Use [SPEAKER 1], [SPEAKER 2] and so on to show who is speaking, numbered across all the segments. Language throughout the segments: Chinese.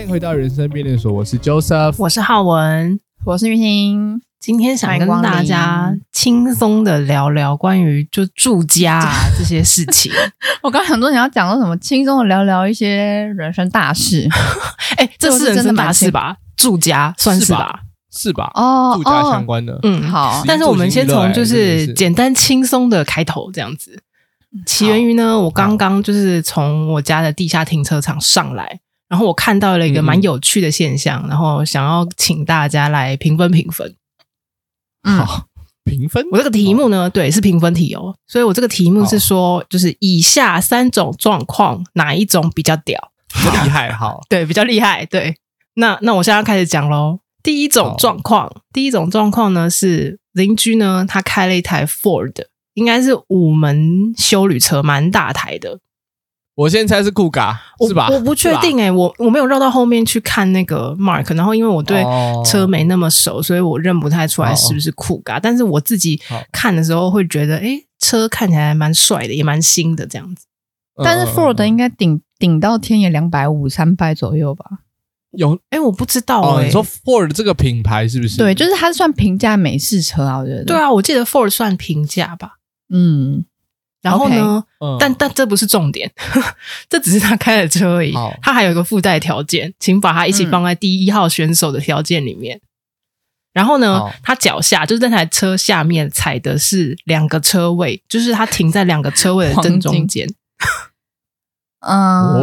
[SPEAKER 1] 迎回到人生便利所，我是 Joseph。
[SPEAKER 2] 我是浩文，
[SPEAKER 3] 我是玉兴，
[SPEAKER 2] 今天想
[SPEAKER 3] 欢迎
[SPEAKER 2] 跟
[SPEAKER 3] 光
[SPEAKER 2] 大家
[SPEAKER 3] 临
[SPEAKER 2] 轻松的聊聊关于就住家啊这些事 情。
[SPEAKER 3] 我刚想说你要讲到什么，轻松的聊聊一些人生大事
[SPEAKER 2] 哎、这
[SPEAKER 3] 这
[SPEAKER 2] 是
[SPEAKER 3] 是
[SPEAKER 2] 人
[SPEAKER 3] 真的
[SPEAKER 2] 生
[SPEAKER 3] 蛮
[SPEAKER 2] 大事
[SPEAKER 3] 轻
[SPEAKER 2] 吧？住家算
[SPEAKER 1] 是
[SPEAKER 2] 是
[SPEAKER 1] 吧
[SPEAKER 2] 吧？
[SPEAKER 1] 是吧？
[SPEAKER 3] 哦
[SPEAKER 1] 住家相
[SPEAKER 3] 哦，
[SPEAKER 1] 关的，
[SPEAKER 2] 嗯，
[SPEAKER 3] 好
[SPEAKER 2] 但是我们先从就
[SPEAKER 1] 食衣住行娱乐哎真的
[SPEAKER 2] 是
[SPEAKER 1] 是
[SPEAKER 2] 简单轻松的开头这样子。
[SPEAKER 3] 嗯
[SPEAKER 2] 起源于呢，我刚刚就是从我家的地下停车场上来，然后我看到了一
[SPEAKER 1] 嗯
[SPEAKER 2] 个
[SPEAKER 1] 嗯
[SPEAKER 2] 蛮有趣的现象，然后想要请大家来评分评分。
[SPEAKER 3] 嗯，
[SPEAKER 1] 评分。
[SPEAKER 2] 我这个题目呢，对，是评分题哦，所以我这个题目是说，就是以下三种状况哪一种比较屌？
[SPEAKER 1] 好 厉害，好，
[SPEAKER 2] 对，比较厉害。对，那那我现在要开始讲喽。第一种
[SPEAKER 1] 好
[SPEAKER 2] 状况，第一种状况呢是邻居呢，他开了一台 Ford，应该是五门修旅车，蛮大台的，
[SPEAKER 1] 我现在猜是酷嘎，
[SPEAKER 2] 我
[SPEAKER 1] 是吧？
[SPEAKER 2] 我不确定哎、我我没有绕到后面去看那个 Mark，然后因为我对
[SPEAKER 1] 哦
[SPEAKER 2] 车没那么熟，所以我认不太出来
[SPEAKER 1] 哦
[SPEAKER 2] 是不是酷嘎。但是我自己
[SPEAKER 1] 好
[SPEAKER 2] 看的时候会觉得，哎、车看起来蛮帅的，也蛮新的这样子。
[SPEAKER 1] 嗯，
[SPEAKER 3] 但是
[SPEAKER 1] 嗯
[SPEAKER 3] Ford
[SPEAKER 1] 嗯
[SPEAKER 3] 应该顶顶到天也两百五三百左右吧？
[SPEAKER 2] 嗯
[SPEAKER 1] 有
[SPEAKER 2] 哎、我不知道哎、
[SPEAKER 1] 哦，你说 Ford 这个品牌是不是？
[SPEAKER 3] 对，就是它是算平价美式车啊，我觉得。
[SPEAKER 2] 对，啊，我记得 Ford 算平价吧。
[SPEAKER 3] 嗯，
[SPEAKER 2] 然后呢
[SPEAKER 1] 嗯
[SPEAKER 2] 但但这不是重点， 这只是他开的车而已
[SPEAKER 1] 好。
[SPEAKER 2] 他还有一个附带条件，请把它一起
[SPEAKER 3] 嗯
[SPEAKER 2] 放在第一号选手的条件里面。然后呢
[SPEAKER 1] 好，
[SPEAKER 2] 他脚下就是那台车下面踩的是两个车位，就是他停在两个车位的正
[SPEAKER 3] 黄
[SPEAKER 2] 中
[SPEAKER 3] 金
[SPEAKER 2] 间。
[SPEAKER 1] 哦，
[SPEAKER 3] 嗯，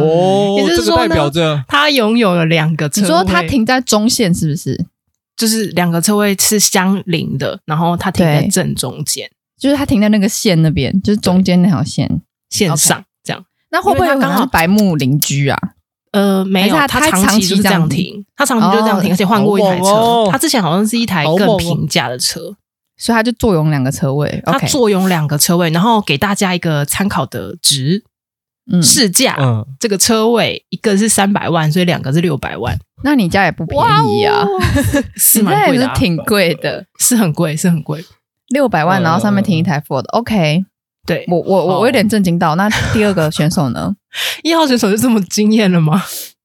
[SPEAKER 2] 呃也就是
[SPEAKER 1] 这个
[SPEAKER 2] 说
[SPEAKER 1] 代
[SPEAKER 2] 呢
[SPEAKER 1] 表着
[SPEAKER 2] 他拥有了两个车
[SPEAKER 3] 你
[SPEAKER 2] 位，
[SPEAKER 3] 说它停在中线是不是？
[SPEAKER 2] 就是两个车位是相邻的，然后他停在
[SPEAKER 3] 对
[SPEAKER 2] 正中间
[SPEAKER 3] 就是它停在那个线那边，就是中间那条线。
[SPEAKER 2] 线上这样。
[SPEAKER 3] 那会不会有可能是白木邻居啊？
[SPEAKER 2] 呃，没有，
[SPEAKER 3] 还是
[SPEAKER 2] 他
[SPEAKER 3] 他他
[SPEAKER 2] 长
[SPEAKER 3] 长
[SPEAKER 2] 期
[SPEAKER 3] 期
[SPEAKER 2] 就是这样
[SPEAKER 3] 这样停
[SPEAKER 2] 停，他长期就是这样停，
[SPEAKER 3] 哦
[SPEAKER 2] 而且换过一台车。
[SPEAKER 1] 好猛哦
[SPEAKER 2] 他之前好像是一台
[SPEAKER 1] 好猛
[SPEAKER 2] 更
[SPEAKER 1] 哦
[SPEAKER 2] 平价的车，
[SPEAKER 3] 所以它就坐拥两个车位。
[SPEAKER 2] 他
[SPEAKER 3] OK，
[SPEAKER 2] 坐拥两个车位，然后给大家一个参考的值，
[SPEAKER 3] 嗯，
[SPEAKER 2] 市价、
[SPEAKER 1] 嗯，
[SPEAKER 2] 这个车位一个是三百万，所以两个是六百万，
[SPEAKER 3] 那你家也不便宜啊，
[SPEAKER 2] 是
[SPEAKER 3] 你
[SPEAKER 2] 哦蛮
[SPEAKER 3] 家
[SPEAKER 2] 贵
[SPEAKER 3] 也
[SPEAKER 2] 的
[SPEAKER 3] 是
[SPEAKER 2] 啊、
[SPEAKER 3] 挺贵的，
[SPEAKER 2] 是很贵，是很贵。
[SPEAKER 3] 六百
[SPEAKER 1] 嗯
[SPEAKER 3] 万，然后上面停一台 Ford。OK，
[SPEAKER 2] 对，
[SPEAKER 3] 我我我
[SPEAKER 1] 哦
[SPEAKER 3] 我有点震惊到。那第二个选手 呢？
[SPEAKER 2] 一号选手就这么惊艳了吗？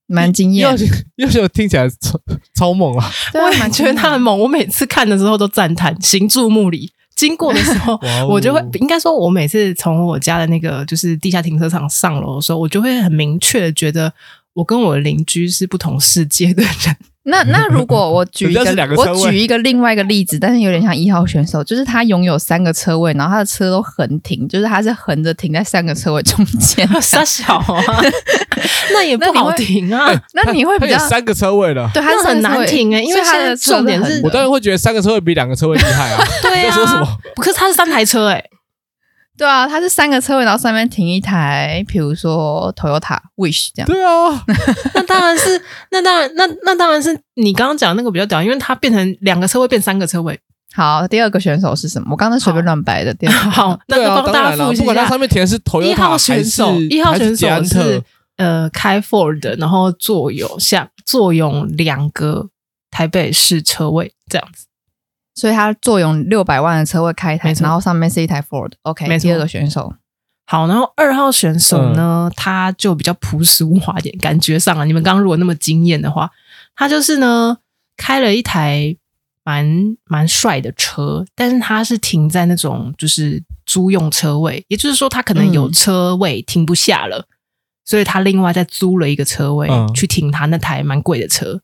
[SPEAKER 3] 蛮惊
[SPEAKER 1] 又
[SPEAKER 3] 艳，
[SPEAKER 1] 又又听起来超超猛啊！
[SPEAKER 3] 对啊
[SPEAKER 2] 我也
[SPEAKER 3] 蛮
[SPEAKER 2] 觉
[SPEAKER 3] 惊
[SPEAKER 2] 得
[SPEAKER 3] 艳
[SPEAKER 2] 他很猛，我每次看的时候都赞叹，行注目礼。经过的时 候
[SPEAKER 1] 哇哦，
[SPEAKER 2] 我就会应该说，我每次从我家的那个就是地下停车场上楼的时候，我就会很明确地觉得，我跟我的邻居是不同世界的 人。。
[SPEAKER 3] 那那如果我举一
[SPEAKER 1] 人家
[SPEAKER 3] 个
[SPEAKER 1] 是两个车
[SPEAKER 3] 我
[SPEAKER 1] 位
[SPEAKER 3] 举一个另外一个例子，但是有点像一号选手，就是他拥有三个车位，然后他的车都横停，就是他是横着停在三个车位中间
[SPEAKER 2] 傻小啊， 那也不
[SPEAKER 3] 那你
[SPEAKER 2] 好
[SPEAKER 3] 会
[SPEAKER 2] 停啊，
[SPEAKER 3] 那你会
[SPEAKER 1] 它
[SPEAKER 3] 比
[SPEAKER 1] 有
[SPEAKER 3] 较
[SPEAKER 1] 三个车位了，
[SPEAKER 3] 对，他
[SPEAKER 2] 那
[SPEAKER 3] 是三
[SPEAKER 2] 很
[SPEAKER 3] 个车
[SPEAKER 2] 难
[SPEAKER 3] 位
[SPEAKER 2] 停哎，因为
[SPEAKER 3] 所以他
[SPEAKER 2] 现在
[SPEAKER 3] 的车
[SPEAKER 2] 重点
[SPEAKER 3] 都
[SPEAKER 2] 是
[SPEAKER 3] 横，
[SPEAKER 1] 我当然会觉得三个车位比两个车位厉害啊！
[SPEAKER 2] 对
[SPEAKER 1] 你在
[SPEAKER 2] 啊，
[SPEAKER 1] 说什么？
[SPEAKER 2] 可是它是三台车哎，
[SPEAKER 1] 欸
[SPEAKER 3] 对啊，他是三个车位，然后上面停一台，比如说 Toyota Wish 这样。
[SPEAKER 1] 对啊，
[SPEAKER 2] 那当然是，那当然，那那当然是你刚刚讲的那个比较屌，因为它变成两个车位变三个车位。
[SPEAKER 3] 好，第二个选手是什么？我刚刚随便乱掰的。第二个选手
[SPEAKER 2] 好，那
[SPEAKER 1] 对
[SPEAKER 2] 就
[SPEAKER 1] 啊，
[SPEAKER 2] 帮
[SPEAKER 1] 当
[SPEAKER 2] 大
[SPEAKER 1] 然
[SPEAKER 2] 家
[SPEAKER 1] 了，
[SPEAKER 2] 复习
[SPEAKER 1] 不
[SPEAKER 2] 一
[SPEAKER 1] 管它
[SPEAKER 2] 下
[SPEAKER 1] 上。面填的是 Toyota
[SPEAKER 2] 一号选手
[SPEAKER 1] 还是，
[SPEAKER 2] 一号选
[SPEAKER 1] 还
[SPEAKER 2] 手
[SPEAKER 1] 是捷安
[SPEAKER 2] 是
[SPEAKER 1] 特
[SPEAKER 2] 呃开 Ford 的，然后坐有下坐拥两个台北市车位这样子。
[SPEAKER 3] 所以他坐拥六百万的车位开一台
[SPEAKER 2] 没，错
[SPEAKER 3] 然后上面是一台 Ford。
[SPEAKER 2] 没
[SPEAKER 3] OK，
[SPEAKER 2] 错
[SPEAKER 3] 第二个选手，
[SPEAKER 2] 好，然后二号选
[SPEAKER 1] 嗯
[SPEAKER 2] 手呢，他就比较朴实无华一点，感觉上啊，你们刚刚如果那么惊艳的话，他就是呢开了一台蛮蛮帅的车，但是他是停在那种就是租用车位，也就是说他可能有
[SPEAKER 3] 嗯
[SPEAKER 2] 车位停不下了，所以他另外再租了一个车位、
[SPEAKER 1] 嗯
[SPEAKER 2] 去停他那台蛮贵的车。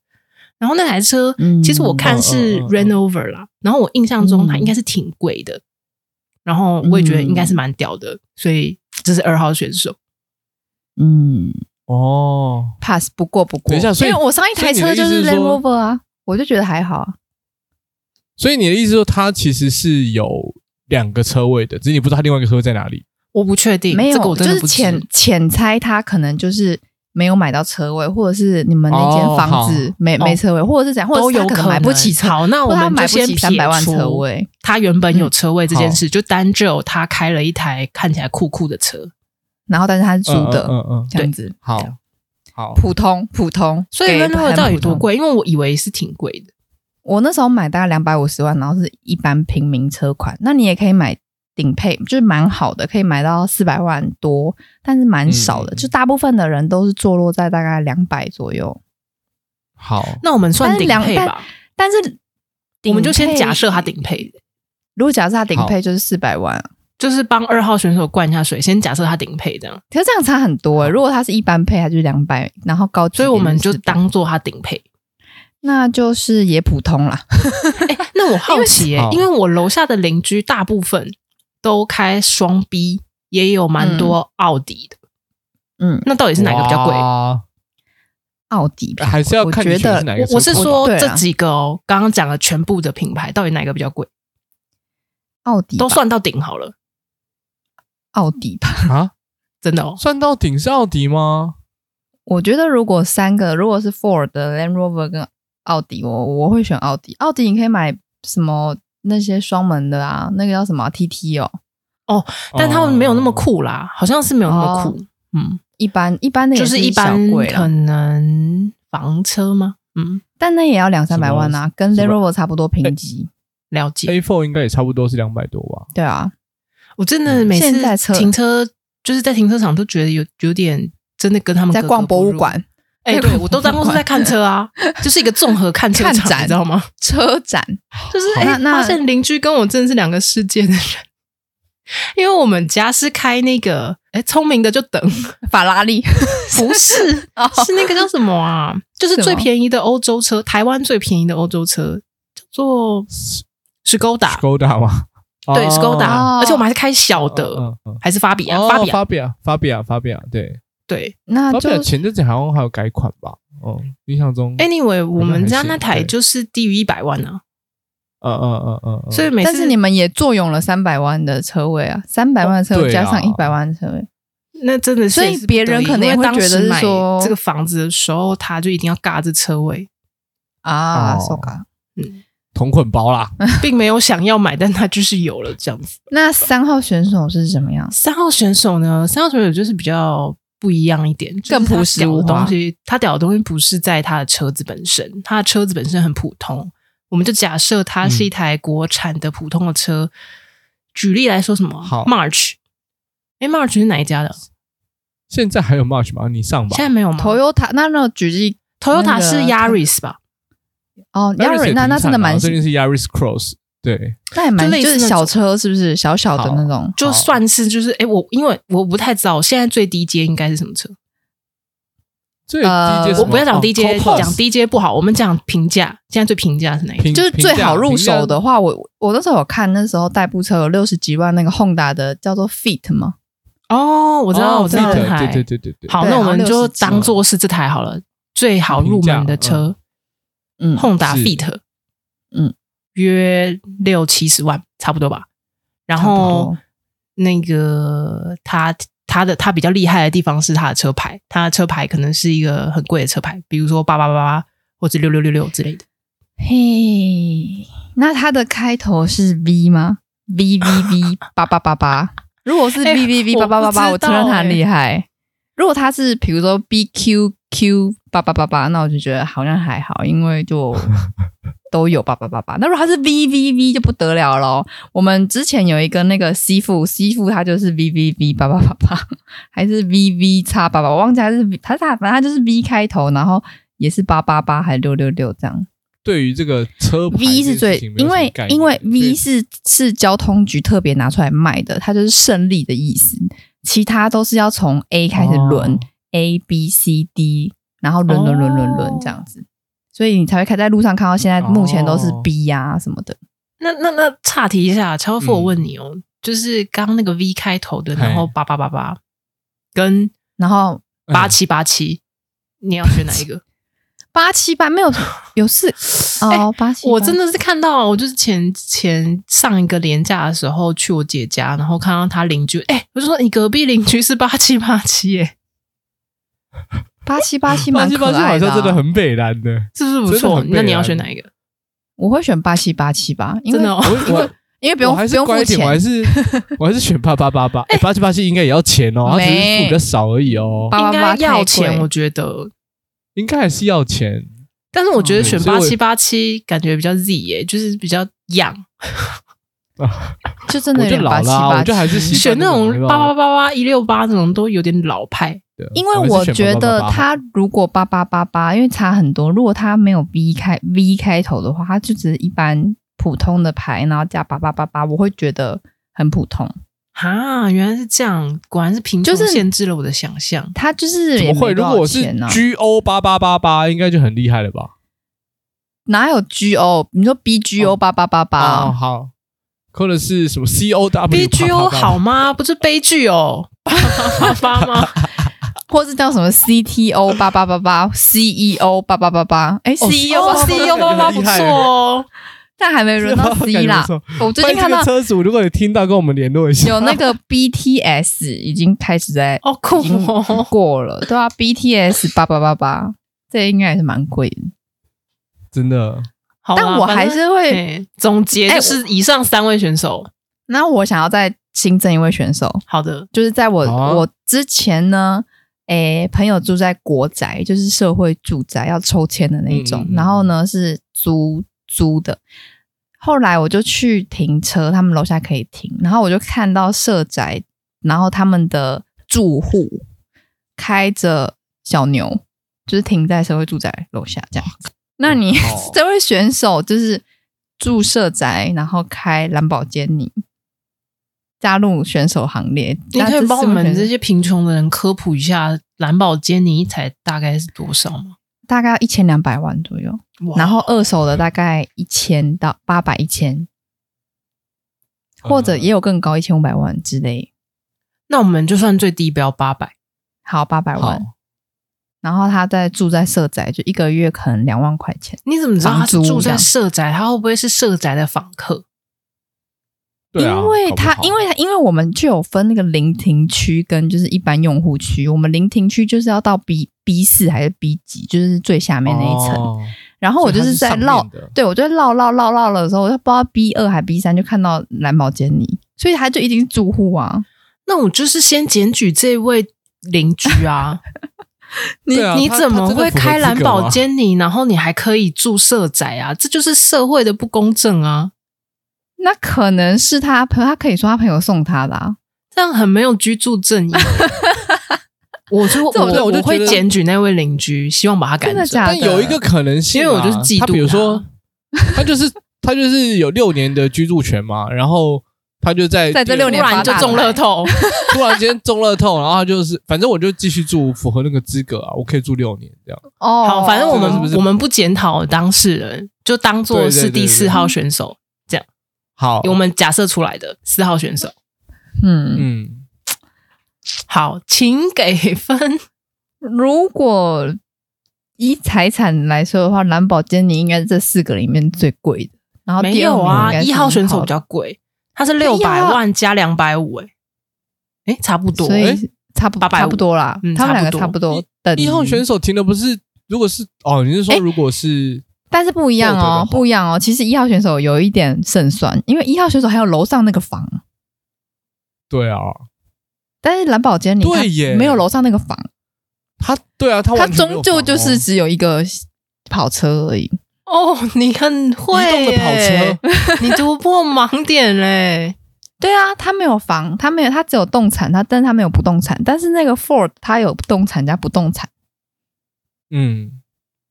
[SPEAKER 2] 然后那台车，
[SPEAKER 3] 嗯
[SPEAKER 2] 其实我看是
[SPEAKER 1] 嗯嗯嗯
[SPEAKER 2] r a n o v e r 啦，然后我印象中它
[SPEAKER 3] 嗯
[SPEAKER 2] 应该是挺贵的，然后我也觉得应该是蛮屌的，所以这是二号选手。
[SPEAKER 3] 嗯
[SPEAKER 1] 哦，
[SPEAKER 3] ，pass 不过不过。
[SPEAKER 1] 等一下所以
[SPEAKER 3] 因为我上一
[SPEAKER 1] 所以
[SPEAKER 3] 台
[SPEAKER 1] 你
[SPEAKER 3] 车
[SPEAKER 1] 的
[SPEAKER 3] 就
[SPEAKER 1] 意思是
[SPEAKER 3] Land
[SPEAKER 1] 说
[SPEAKER 3] Rover 啊，我就觉得还好啊。
[SPEAKER 1] 所以你的意思说，它其实是有两个车位的，只是你不知道它另外一个车位在哪里。
[SPEAKER 2] 我不确定，
[SPEAKER 3] 没有，
[SPEAKER 2] 这个我真
[SPEAKER 3] 就
[SPEAKER 2] 的
[SPEAKER 3] 是
[SPEAKER 2] 不知
[SPEAKER 3] 浅浅猜他可能就是没有买到车位，或者是你们那
[SPEAKER 1] 哦
[SPEAKER 3] 间房子
[SPEAKER 1] 好
[SPEAKER 3] 没、
[SPEAKER 2] 哦
[SPEAKER 3] 没车位，或者是怎样，或者
[SPEAKER 2] 都
[SPEAKER 3] 是
[SPEAKER 2] 有
[SPEAKER 3] 他能买不起车，
[SPEAKER 2] 好，那我
[SPEAKER 3] 或者他
[SPEAKER 2] 们
[SPEAKER 3] 买
[SPEAKER 2] 就
[SPEAKER 3] 不
[SPEAKER 2] 先
[SPEAKER 3] 起
[SPEAKER 2] 撇
[SPEAKER 3] 三百万
[SPEAKER 2] 除
[SPEAKER 3] 车位。
[SPEAKER 2] 他原本有车位这件
[SPEAKER 1] 嗯
[SPEAKER 2] 事，就单就他开了一台看起来酷酷的车，
[SPEAKER 3] 然后但是他是租的，
[SPEAKER 1] 嗯嗯嗯嗯，
[SPEAKER 3] 这样子
[SPEAKER 1] 好，好，
[SPEAKER 3] 普通普通。
[SPEAKER 2] 所以
[SPEAKER 3] 给
[SPEAKER 2] r a n o v e
[SPEAKER 3] 很
[SPEAKER 2] r 到底
[SPEAKER 3] 普通
[SPEAKER 2] 多？贵？因为我以为是挺贵的，
[SPEAKER 3] 我那时候买大概两百五十万，然后是一般平民车款。那你也可以买顶配，就是蛮好的，可以买到四百万多，但是蛮少的，
[SPEAKER 1] 嗯
[SPEAKER 3] 就大部分的人都是坐落在大概两百左右。
[SPEAKER 1] 好，
[SPEAKER 2] 那我们算
[SPEAKER 3] 但是
[SPEAKER 2] 顶
[SPEAKER 3] 两
[SPEAKER 2] 配
[SPEAKER 3] 但
[SPEAKER 2] 吧，
[SPEAKER 3] 但是
[SPEAKER 2] 我们就
[SPEAKER 3] 顶
[SPEAKER 2] 先
[SPEAKER 3] 配
[SPEAKER 2] 假设它顶配，
[SPEAKER 3] 如果假设他顶配就是四百万，
[SPEAKER 2] 就是帮二号选手灌一下水，先假设它顶配这样，
[SPEAKER 3] 可是这样差很多、欸如果他是一般配，他就是两百，然后高级
[SPEAKER 2] 所以我们就
[SPEAKER 3] 点是400
[SPEAKER 2] 当做它顶配。
[SPEAKER 3] 那就是也普通啦。
[SPEAKER 2] 哎，那我好奇
[SPEAKER 3] 哦
[SPEAKER 2] 耶、
[SPEAKER 1] 好
[SPEAKER 2] 因为我楼下的邻居大部分都开双 B，也有蛮多奥迪的，
[SPEAKER 3] 嗯，
[SPEAKER 2] 那到底是哪个比较贵？
[SPEAKER 1] 哇
[SPEAKER 3] 奥迪吧
[SPEAKER 1] 还是要看你
[SPEAKER 3] 我觉
[SPEAKER 1] 选的
[SPEAKER 3] 得
[SPEAKER 1] 是哪个车款。
[SPEAKER 2] 我我是说
[SPEAKER 3] 对啊
[SPEAKER 2] 这几个哦，刚刚讲的全部的品牌，到底哪个比较贵？
[SPEAKER 3] 奥迪吧
[SPEAKER 2] 都算到顶好了，
[SPEAKER 3] 奥迪吧。
[SPEAKER 1] 啊，
[SPEAKER 2] 真的哦。
[SPEAKER 1] 算到顶是奥迪吗？
[SPEAKER 3] 我觉得如果三个，如果是 Ford 的 Land Rover 跟奥迪，我我会选奥迪。奥迪你可以买什么那些双门的啊，那个叫什么啊 TT 哦，
[SPEAKER 2] 但他们没有那么
[SPEAKER 1] 哦。
[SPEAKER 2] 酷啦，好像是没有那么酷，嗯，
[SPEAKER 3] 一般一哦般的也
[SPEAKER 2] 就是一
[SPEAKER 3] 小
[SPEAKER 2] 般
[SPEAKER 3] 贵
[SPEAKER 2] 可
[SPEAKER 3] 了，
[SPEAKER 2] 能房车吗？嗯，
[SPEAKER 3] 但那也要两三百万啊，跟
[SPEAKER 1] 什
[SPEAKER 3] Land
[SPEAKER 1] 么哎
[SPEAKER 3] Rover 差不多评级。
[SPEAKER 2] 了解。
[SPEAKER 1] 哦
[SPEAKER 3] 哎
[SPEAKER 1] A four 应该也差不多是两百多吧？
[SPEAKER 3] 对啊，
[SPEAKER 2] 我真的每
[SPEAKER 3] 嗯现在
[SPEAKER 2] 次
[SPEAKER 3] 车
[SPEAKER 2] 停车就是在停车场都觉得有有点真的跟他们
[SPEAKER 3] 在
[SPEAKER 2] 格格
[SPEAKER 3] 逛博
[SPEAKER 2] 不
[SPEAKER 3] 物
[SPEAKER 2] 入。
[SPEAKER 3] 馆、
[SPEAKER 2] 哎、
[SPEAKER 3] 在
[SPEAKER 2] 对
[SPEAKER 3] 逛
[SPEAKER 2] 我都当
[SPEAKER 3] 博物
[SPEAKER 2] 做是在
[SPEAKER 3] 馆
[SPEAKER 2] 看车 啊，就是一个综合看车
[SPEAKER 3] 看
[SPEAKER 2] 场
[SPEAKER 3] 展
[SPEAKER 2] 你知道吗？
[SPEAKER 3] 车展，
[SPEAKER 2] 就是
[SPEAKER 3] 好
[SPEAKER 2] 哎、
[SPEAKER 3] 那那
[SPEAKER 2] 发现邻居跟我真的是两个世界的人，因为我们家是开那个哎，聪、明的就等，
[SPEAKER 3] 法拉利
[SPEAKER 2] 不是
[SPEAKER 3] 哦，
[SPEAKER 2] 是那个叫什么啊？就是
[SPEAKER 3] 什么
[SPEAKER 2] 最便宜的欧洲车，台湾最便宜的欧洲车叫做 Skoda，
[SPEAKER 1] Skoda 吗？
[SPEAKER 2] 对
[SPEAKER 1] 哦
[SPEAKER 2] Skoda，
[SPEAKER 3] 哦
[SPEAKER 2] 而且我们还是开小的，
[SPEAKER 1] 嗯嗯嗯
[SPEAKER 2] 还是发比亚，
[SPEAKER 1] 哦
[SPEAKER 2] 发比亚
[SPEAKER 1] 发表发表发表，对，
[SPEAKER 2] 对。
[SPEAKER 3] 那
[SPEAKER 1] 发
[SPEAKER 3] 就
[SPEAKER 1] 表前阵子好像还有改款吧？哦，印象中，
[SPEAKER 2] Anyway，我们家那
[SPEAKER 1] 还
[SPEAKER 2] 台
[SPEAKER 1] 行对
[SPEAKER 2] 就是低于一百万啊，
[SPEAKER 1] 嗯嗯嗯嗯嗯，
[SPEAKER 2] 所以每
[SPEAKER 3] 但
[SPEAKER 2] 次
[SPEAKER 3] 是你们也坐拥了三百万的车位啊，三百万的车
[SPEAKER 1] 哦
[SPEAKER 3] 位
[SPEAKER 1] 对
[SPEAKER 3] 加
[SPEAKER 1] 啊
[SPEAKER 3] 上一百万的车位，
[SPEAKER 2] 那真的是
[SPEAKER 3] 所以
[SPEAKER 2] 也是不
[SPEAKER 3] 别
[SPEAKER 2] 得
[SPEAKER 3] 人
[SPEAKER 2] 已
[SPEAKER 3] 可能
[SPEAKER 2] 因为
[SPEAKER 3] 也会
[SPEAKER 2] 当
[SPEAKER 3] 觉
[SPEAKER 2] 时
[SPEAKER 3] 得是
[SPEAKER 2] 买
[SPEAKER 3] 说
[SPEAKER 2] 这个房子的时候，他就一定要尬这车位，
[SPEAKER 3] 啊
[SPEAKER 1] 哦
[SPEAKER 3] ，so ga
[SPEAKER 1] 同捆包啦，
[SPEAKER 2] 并没有想要买，但他就是有了这样子。
[SPEAKER 3] 那三号选手是什么样？
[SPEAKER 2] 三号选手呢？三号选手就是比较不一样一点，就是
[SPEAKER 3] 更朴
[SPEAKER 2] 他
[SPEAKER 3] 实
[SPEAKER 2] 屌
[SPEAKER 3] 无
[SPEAKER 2] 的
[SPEAKER 3] 华
[SPEAKER 2] 东西。他屌的东西不是在他的车子本身，他的车子本身很普通。我们就假设它
[SPEAKER 3] 嗯
[SPEAKER 2] 是一台国产的普通的车。举例来说，什么
[SPEAKER 1] 好
[SPEAKER 2] ？March，哎，March 是哪一家的？
[SPEAKER 1] 现在还有 March 吗？你上吧
[SPEAKER 2] 现在没有吗
[SPEAKER 3] Toyota 那那举例那
[SPEAKER 2] Toyota
[SPEAKER 3] 个
[SPEAKER 2] 是 Yaris 吧？
[SPEAKER 3] 哦 y a
[SPEAKER 1] Yaris 也
[SPEAKER 3] r 那那
[SPEAKER 1] 停产
[SPEAKER 3] 真
[SPEAKER 1] 了
[SPEAKER 3] 的蛮
[SPEAKER 1] 啊最近是 Yaris Cross，对，
[SPEAKER 3] 那也蛮
[SPEAKER 2] 就类
[SPEAKER 3] 就
[SPEAKER 2] 似
[SPEAKER 3] 是
[SPEAKER 2] 那
[SPEAKER 3] 小
[SPEAKER 2] 种
[SPEAKER 3] 车是不是小小的那种？
[SPEAKER 2] 就算是就是，哎，我因为我不太知道现在最低阶应该是什么车。
[SPEAKER 1] 最
[SPEAKER 3] 呃
[SPEAKER 1] 低阶哦
[SPEAKER 2] 我不要讲低阶，讲
[SPEAKER 1] 低，
[SPEAKER 2] 低阶不好，我们讲平价。现在最平价是哪一个？
[SPEAKER 3] 就是最好入手的
[SPEAKER 1] 话，
[SPEAKER 3] 话，我我那时候有看，那时候代步车有六十几万那个 Honda 的叫做 Fit 嘛，
[SPEAKER 2] 哦，我
[SPEAKER 1] 我
[SPEAKER 2] 知道，我知道
[SPEAKER 1] 对
[SPEAKER 2] 这台。
[SPEAKER 1] 对对对对，
[SPEAKER 2] 好，
[SPEAKER 3] 对
[SPEAKER 2] 那我
[SPEAKER 3] 然后
[SPEAKER 2] 们就
[SPEAKER 3] 60几
[SPEAKER 2] 当做是这台好了，最好入门的车，
[SPEAKER 3] 嗯
[SPEAKER 2] ，Honda
[SPEAKER 1] 是
[SPEAKER 2] Fit，
[SPEAKER 3] 嗯，
[SPEAKER 2] 约六七十万差不多吧。然
[SPEAKER 3] 差不
[SPEAKER 2] 后
[SPEAKER 3] 多
[SPEAKER 2] 那个它它的它比较厉害的地方是它的车牌，它的车牌可能是一个很贵的车牌，比如说八八八八或者六六六六之类的。
[SPEAKER 3] 嘿，那它的开头是 V 吗？V V V 八八八八。如果是 V
[SPEAKER 2] 哎
[SPEAKER 3] V V 八八八八，
[SPEAKER 2] 我不
[SPEAKER 3] 我
[SPEAKER 2] 知道
[SPEAKER 3] 承认它很
[SPEAKER 2] 哎
[SPEAKER 3] 厉害。如果它是比如说 B Q Q 八八八八，那我就觉得好像还好，因为就都有八八八八。那如果它是 V V V 就不得了喽。我们之前有一个那个西富，西富它就是 V V V 八八八八，还是 V V 叉八八，我忘记它是 V，它它反正它就是 V 开头，然后也是八八八还是六六六这样。
[SPEAKER 1] 对于这个车牌
[SPEAKER 3] V 是最
[SPEAKER 1] 这件事情，没有
[SPEAKER 3] 因
[SPEAKER 1] 什么
[SPEAKER 3] 为
[SPEAKER 1] 概念
[SPEAKER 3] 因为
[SPEAKER 1] 所
[SPEAKER 3] V
[SPEAKER 1] 以
[SPEAKER 3] 是是交通局特别拿出来卖的，它就是胜利的意思。其他都是要从 A 开始轮、
[SPEAKER 1] 哦
[SPEAKER 3] a B C D，然后轮轮轮轮轮
[SPEAKER 2] 哦
[SPEAKER 3] 这样子，所以你才会看在路上看到现在目前都是
[SPEAKER 1] 哦
[SPEAKER 3] B 呀、什么的。
[SPEAKER 2] 那那那岔题一下，超
[SPEAKER 1] 嗯
[SPEAKER 2] 富，我问你哦，就是刚那个 V 开头的，
[SPEAKER 1] 嗨
[SPEAKER 2] 然后八八八八跟
[SPEAKER 1] 嗯
[SPEAKER 3] 然后
[SPEAKER 2] 八七八七，你要选哪一 个？
[SPEAKER 3] 八七八 没有有四
[SPEAKER 1] 哎
[SPEAKER 3] 哦八七，
[SPEAKER 2] 我真的是看到，我就是前前上一个年假的时候去我姐家，然后看到她邻居，哎、我就说你隔壁邻居是八七八七，耶，
[SPEAKER 3] 八七八七
[SPEAKER 1] 八
[SPEAKER 3] 蛮
[SPEAKER 1] 七
[SPEAKER 3] 可
[SPEAKER 1] 八七好
[SPEAKER 3] 爱的
[SPEAKER 1] 像
[SPEAKER 3] 啊、
[SPEAKER 1] 真的很北蓝的，
[SPEAKER 2] 是不是不
[SPEAKER 1] 真的
[SPEAKER 2] 错？
[SPEAKER 1] 很啊
[SPEAKER 2] 那你
[SPEAKER 1] 北
[SPEAKER 2] 要
[SPEAKER 1] 兰
[SPEAKER 2] 选哪一个？
[SPEAKER 3] 我会选八七八七吧，因为
[SPEAKER 2] 真的哦
[SPEAKER 1] 我我
[SPEAKER 3] 因为不用
[SPEAKER 1] 我还
[SPEAKER 3] 不
[SPEAKER 1] 是
[SPEAKER 3] 用
[SPEAKER 1] 乖
[SPEAKER 3] 付
[SPEAKER 1] 一点，我还
[SPEAKER 3] 钱，
[SPEAKER 1] 是 我还是选八八八八，哎，八七八七应该也要钱哦，它只是付比较少而已哦，
[SPEAKER 3] 没
[SPEAKER 2] 应该
[SPEAKER 3] 888
[SPEAKER 2] 要
[SPEAKER 3] 太
[SPEAKER 2] 钱，
[SPEAKER 3] 贵
[SPEAKER 2] 我觉得。
[SPEAKER 1] 应该还是要钱。
[SPEAKER 2] 但是我觉得
[SPEAKER 1] 嗯
[SPEAKER 2] 选
[SPEAKER 1] 所以
[SPEAKER 2] 八
[SPEAKER 1] 我
[SPEAKER 2] 七八七感觉比较 Z 耶、就是比较养。
[SPEAKER 3] 就真的
[SPEAKER 1] 我
[SPEAKER 3] 有
[SPEAKER 1] 就
[SPEAKER 3] 点
[SPEAKER 1] 老
[SPEAKER 3] 八七
[SPEAKER 1] 啦，
[SPEAKER 3] 八
[SPEAKER 1] 我就还是习惯
[SPEAKER 2] 选那种
[SPEAKER 1] 没办
[SPEAKER 2] 八
[SPEAKER 1] 法
[SPEAKER 2] 八八八一六八那种都有点老派，
[SPEAKER 1] 对啊
[SPEAKER 3] 因为
[SPEAKER 1] 还是
[SPEAKER 3] 我
[SPEAKER 1] 选
[SPEAKER 3] 觉得
[SPEAKER 1] 888
[SPEAKER 3] 它如果八八八八，因为差很多。如果它没有 V 开 V 开头的话，它就只是一般普通的牌，然后加八八八八，我会觉得很普通。
[SPEAKER 2] 啊，原来是这样，果然是贫穷
[SPEAKER 3] 就是
[SPEAKER 2] 限制了我的想象。
[SPEAKER 3] 它就是
[SPEAKER 1] 怎
[SPEAKER 3] 也
[SPEAKER 1] 么会？
[SPEAKER 3] 没
[SPEAKER 1] 如
[SPEAKER 3] 多
[SPEAKER 1] 果
[SPEAKER 3] 少
[SPEAKER 1] 我是
[SPEAKER 3] 钱啊呢、
[SPEAKER 1] G O 八八八八，应该就很厉害了吧？
[SPEAKER 3] 哪有 G O？你说 B G O 八八八
[SPEAKER 1] 哦
[SPEAKER 3] 八？
[SPEAKER 1] 好，或者是什么 C O W
[SPEAKER 2] B G O 好吗？不是悲剧 哦，八八吗？
[SPEAKER 3] 或是叫什么 C T O 八八八八？C E O 八八八八？哎，C E
[SPEAKER 2] 哦
[SPEAKER 3] O
[SPEAKER 2] ，C
[SPEAKER 3] C
[SPEAKER 2] E
[SPEAKER 3] E
[SPEAKER 2] O
[SPEAKER 3] O，
[SPEAKER 2] 八八不错哦。
[SPEAKER 3] 但还没轮到 C 啦。我最近看到
[SPEAKER 1] 车主，如果你听到，跟我们联络一下。
[SPEAKER 3] 有那个 BTS 已经开始在
[SPEAKER 2] 哦，酷
[SPEAKER 3] 已经
[SPEAKER 2] 哦！
[SPEAKER 3] 过了， 对啊，BTS 八八八八，这应该也是蛮贵的，
[SPEAKER 1] 真的，
[SPEAKER 2] 好啦
[SPEAKER 3] 但我还
[SPEAKER 2] 反
[SPEAKER 3] 是会。
[SPEAKER 2] 正哎总结，
[SPEAKER 3] 哎
[SPEAKER 2] 就是以上三位选手，
[SPEAKER 3] 那我想要再新增一位选手，
[SPEAKER 2] 好的，
[SPEAKER 3] 就是在我、
[SPEAKER 1] 好啊
[SPEAKER 2] 哦
[SPEAKER 3] 我之前呢，诶，朋友住在国宅，就是社会住宅要抽签的那一种，
[SPEAKER 1] 嗯嗯嗯
[SPEAKER 3] 然后呢是租租的。后来我就去停车，他们楼下可以停，然后我就看到社宅，然后他们的住户开着小牛，就是停在社会住宅楼下这样。那你、
[SPEAKER 1] 哦
[SPEAKER 3] 这位选手就是住社宅，然后开兰博基尼，加入选手行列。
[SPEAKER 2] 你
[SPEAKER 3] 那
[SPEAKER 2] 可以
[SPEAKER 3] 这
[SPEAKER 2] 帮我
[SPEAKER 3] 四位
[SPEAKER 2] 们
[SPEAKER 3] 选手
[SPEAKER 2] 这些贫穷的人科普一下蓝宝坚尼才大概是多少吗？
[SPEAKER 3] 大概一千两百万左右，
[SPEAKER 2] 哇
[SPEAKER 3] 然后二手的大概一千到八百一千，
[SPEAKER 1] 嗯
[SPEAKER 3] 或者也有更高一千五百万之类。
[SPEAKER 2] 那我们就算最低标八百，
[SPEAKER 3] 好，八百
[SPEAKER 1] 好
[SPEAKER 3] 万。然后他在住在社宅，就一个月可能两万块钱。
[SPEAKER 2] 你怎么知道他是
[SPEAKER 3] 房租
[SPEAKER 2] 住在
[SPEAKER 3] 这样
[SPEAKER 2] 社宅？他会不会是社宅的访客？
[SPEAKER 1] 对啊，
[SPEAKER 3] 因为
[SPEAKER 1] 搞不
[SPEAKER 3] 他
[SPEAKER 1] 好
[SPEAKER 3] 因为他因为我们就有分那个临停区跟就是一般用户区，我们临停区就是要到 B B 四还是 B 几，就是最下面那一层。
[SPEAKER 1] 哦
[SPEAKER 3] 然后我就
[SPEAKER 1] 所以它是
[SPEAKER 3] 在
[SPEAKER 1] 上面
[SPEAKER 3] 绕
[SPEAKER 1] 的，
[SPEAKER 3] 对我就在绕绕绕绕的时候，我就不知道 B 二还 B 三就看到蓝宝坚尼，所以他就一定是住户啊。
[SPEAKER 2] 那我就是先检举这位邻居啊！ 你
[SPEAKER 1] 对啊
[SPEAKER 2] 你
[SPEAKER 1] 他
[SPEAKER 2] 怎么
[SPEAKER 1] 他真的
[SPEAKER 2] 会
[SPEAKER 1] 符合
[SPEAKER 2] 开
[SPEAKER 1] 资
[SPEAKER 2] 蓝
[SPEAKER 1] 格
[SPEAKER 2] 宝
[SPEAKER 1] 吗
[SPEAKER 2] 坚尼，然后你还可以住社宅啊？这就是社会的不公正啊！
[SPEAKER 3] 那可能是他朋友，他可以说他朋友送他的、啊。
[SPEAKER 2] 这样很没有居住 正义。我就
[SPEAKER 3] 这我
[SPEAKER 1] 对我就
[SPEAKER 2] 我会
[SPEAKER 1] 觉得
[SPEAKER 2] 检举那位邻居，希望把他赶
[SPEAKER 3] 真的
[SPEAKER 2] 走
[SPEAKER 3] 假。
[SPEAKER 1] 但有一个可能性啊，
[SPEAKER 2] 因为我就是嫉妒
[SPEAKER 1] 他比如
[SPEAKER 2] 他
[SPEAKER 1] 说，他就是他就是有六年的居住权嘛，然后他就在
[SPEAKER 3] 在这六年
[SPEAKER 2] 不然
[SPEAKER 3] 发
[SPEAKER 2] 就
[SPEAKER 3] 大
[SPEAKER 2] 中
[SPEAKER 3] 财
[SPEAKER 2] 乐透，
[SPEAKER 1] 突然间中乐透，然后他就是反正我就继续住，符合那个资格啊，我可以住六年这样。
[SPEAKER 3] 哦，
[SPEAKER 2] 好，反正我们
[SPEAKER 1] 这个是不是
[SPEAKER 2] 我们不检讨当事人，就当做
[SPEAKER 1] 对
[SPEAKER 2] 是
[SPEAKER 1] 对对
[SPEAKER 2] 第四
[SPEAKER 1] 对
[SPEAKER 2] 号选手，
[SPEAKER 1] 好，
[SPEAKER 2] 我们假设出来的四号选手。
[SPEAKER 3] 嗯，
[SPEAKER 1] 嗯，
[SPEAKER 2] 好，请给分。
[SPEAKER 3] 如果以财产来说的话，蓝宝坚尼应该是这四个里面最贵的。然后
[SPEAKER 2] 没
[SPEAKER 3] 第二
[SPEAKER 2] 有
[SPEAKER 3] 名应
[SPEAKER 2] 啊，
[SPEAKER 3] 该是
[SPEAKER 2] 一号选手
[SPEAKER 3] 很好
[SPEAKER 2] 比
[SPEAKER 3] 的
[SPEAKER 2] 较贵，他是六百万加两百五，哎，哎，差不多。
[SPEAKER 3] 所
[SPEAKER 2] 诶
[SPEAKER 3] 以差不
[SPEAKER 2] 850
[SPEAKER 3] 差不多啦，
[SPEAKER 2] 嗯
[SPEAKER 3] 他们两个
[SPEAKER 2] 差
[SPEAKER 3] 差
[SPEAKER 2] 不
[SPEAKER 3] 不多等于
[SPEAKER 1] 一号选手停的不是，如果是哦，你是说
[SPEAKER 3] 哎
[SPEAKER 1] 如果是
[SPEAKER 3] 但是不一样
[SPEAKER 1] 获得的话，
[SPEAKER 3] 哦不一样哦。其实一号选手有一点胜算，因为一号选手还有楼上那个房，
[SPEAKER 1] 对啊，
[SPEAKER 3] 但是蓝宝坚尼他
[SPEAKER 1] 对耶
[SPEAKER 3] 没有楼上那个房，
[SPEAKER 1] 他对啊，他
[SPEAKER 3] 他
[SPEAKER 1] 完全没
[SPEAKER 3] 终
[SPEAKER 1] 有
[SPEAKER 3] 究
[SPEAKER 1] 房
[SPEAKER 3] 就
[SPEAKER 1] 哦
[SPEAKER 3] 是只有一个跑车而已。
[SPEAKER 2] 哦，你很会
[SPEAKER 1] 移动的跑
[SPEAKER 2] 耶，你突破盲点嘞！
[SPEAKER 3] 对啊，他没有房，他没有，他只有动产，他但是他没有不动产，但是那个 Ford 他有动产加不动产，
[SPEAKER 1] 嗯，